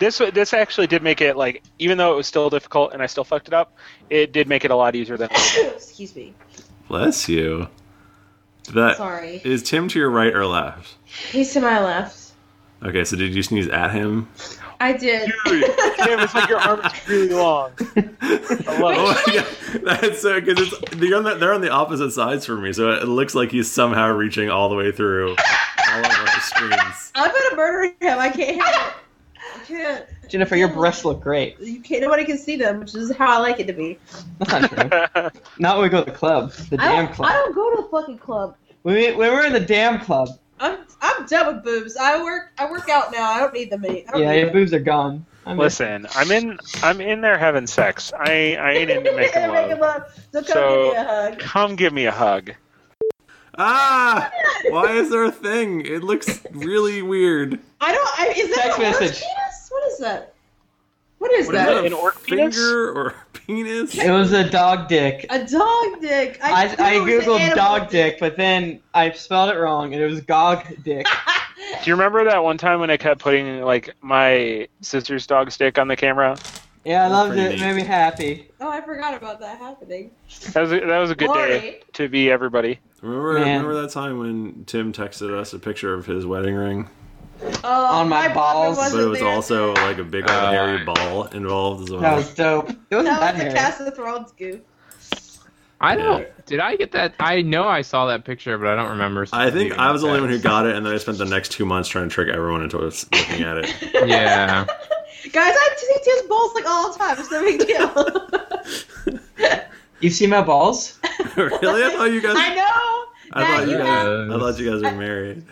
Speaker 4: This this actually did make it like even though it was still difficult and I still fucked it up, it did make it a lot easier than.
Speaker 2: Excuse me.
Speaker 3: Bless you. That
Speaker 2: Sorry.
Speaker 3: is Tim to your right or left?
Speaker 2: He's to my left.
Speaker 3: Okay, so did you sneeze at him?
Speaker 2: I did.
Speaker 4: Dude, Tim, it's like your arm's really long. I love
Speaker 3: Oh my god, that's so because it's they're on, the, they're on the opposite sides from me, so it looks like he's somehow reaching all the way through all of our screens.
Speaker 2: I'm gonna murder him. I can't have it. I can't.
Speaker 1: Jennifer, your breasts look great.
Speaker 2: You can't. Nobody can see them, which is how I like it to be.
Speaker 1: That's not true.
Speaker 4: it.
Speaker 1: Not when we go to the club. The
Speaker 9: I
Speaker 1: damn
Speaker 9: don't, I
Speaker 1: club.
Speaker 9: don't go to the fucking club.
Speaker 1: When we, when we were in the damn club,
Speaker 2: I'm I'm done with boobs. I work I work out now. I don't need them any. I don't
Speaker 1: yeah,
Speaker 2: need
Speaker 1: your
Speaker 2: them.
Speaker 1: boobs are gone. I mean,
Speaker 4: Listen, I'm in I'm in there having sex. I I ain't into making
Speaker 2: Make 'em
Speaker 4: love.
Speaker 2: up. So come
Speaker 4: So-
Speaker 2: give me a hug.
Speaker 4: Come give me a hug.
Speaker 3: Ah! Why is there a thing? It looks really weird.
Speaker 2: I don't. I, is that
Speaker 1: Text
Speaker 2: an orc
Speaker 1: message.
Speaker 2: penis? What is that? What is
Speaker 3: What is
Speaker 2: that?
Speaker 3: that?
Speaker 4: An
Speaker 3: a
Speaker 4: orc
Speaker 3: finger
Speaker 4: penis?
Speaker 3: or a penis?
Speaker 1: It was a dog dick.
Speaker 2: A dog dick.
Speaker 1: I, I
Speaker 2: knew it was an
Speaker 1: googled
Speaker 2: animal
Speaker 1: dog dick, but then I spelled it wrong, and it was gog dick.
Speaker 4: Do you remember that one time when I kept putting like my sister's dog stick on the camera?
Speaker 1: Yeah, I
Speaker 3: That's
Speaker 1: loved
Speaker 3: pretty
Speaker 1: it. It
Speaker 3: neat.
Speaker 1: made me happy.
Speaker 2: Oh, I forgot about that happening.
Speaker 4: That was a, that was a good day
Speaker 2: Glory.
Speaker 4: to be everybody.
Speaker 3: Remember,
Speaker 1: Man.
Speaker 3: remember that time when Tim texted us a picture of his wedding ring,
Speaker 2: Oh,
Speaker 1: On my balls.
Speaker 3: but
Speaker 2: wasn't
Speaker 3: it was
Speaker 2: there.
Speaker 3: also like a big old
Speaker 5: Uh,
Speaker 3: hairy ball involved as well.
Speaker 1: That was dope. It wasn't
Speaker 2: That
Speaker 1: that
Speaker 2: was the
Speaker 1: hairy.
Speaker 2: Cast of Thrones goof.
Speaker 5: I don't. Did I get that? I know I saw that picture, but I don't remember.
Speaker 3: I think
Speaker 5: seeing
Speaker 3: I was the only
Speaker 5: that.
Speaker 3: one who got it, and then I spent the next two months trying to trick everyone into us looking at it.
Speaker 5: Yeah.
Speaker 2: Guys, I take his balls like all the time. It's no big deal.
Speaker 1: You've seen my balls?
Speaker 3: really? I thought you guys.
Speaker 2: I know.
Speaker 3: I thought
Speaker 2: that
Speaker 3: you
Speaker 2: you
Speaker 3: guys.
Speaker 5: have-
Speaker 3: I thought you guys were married.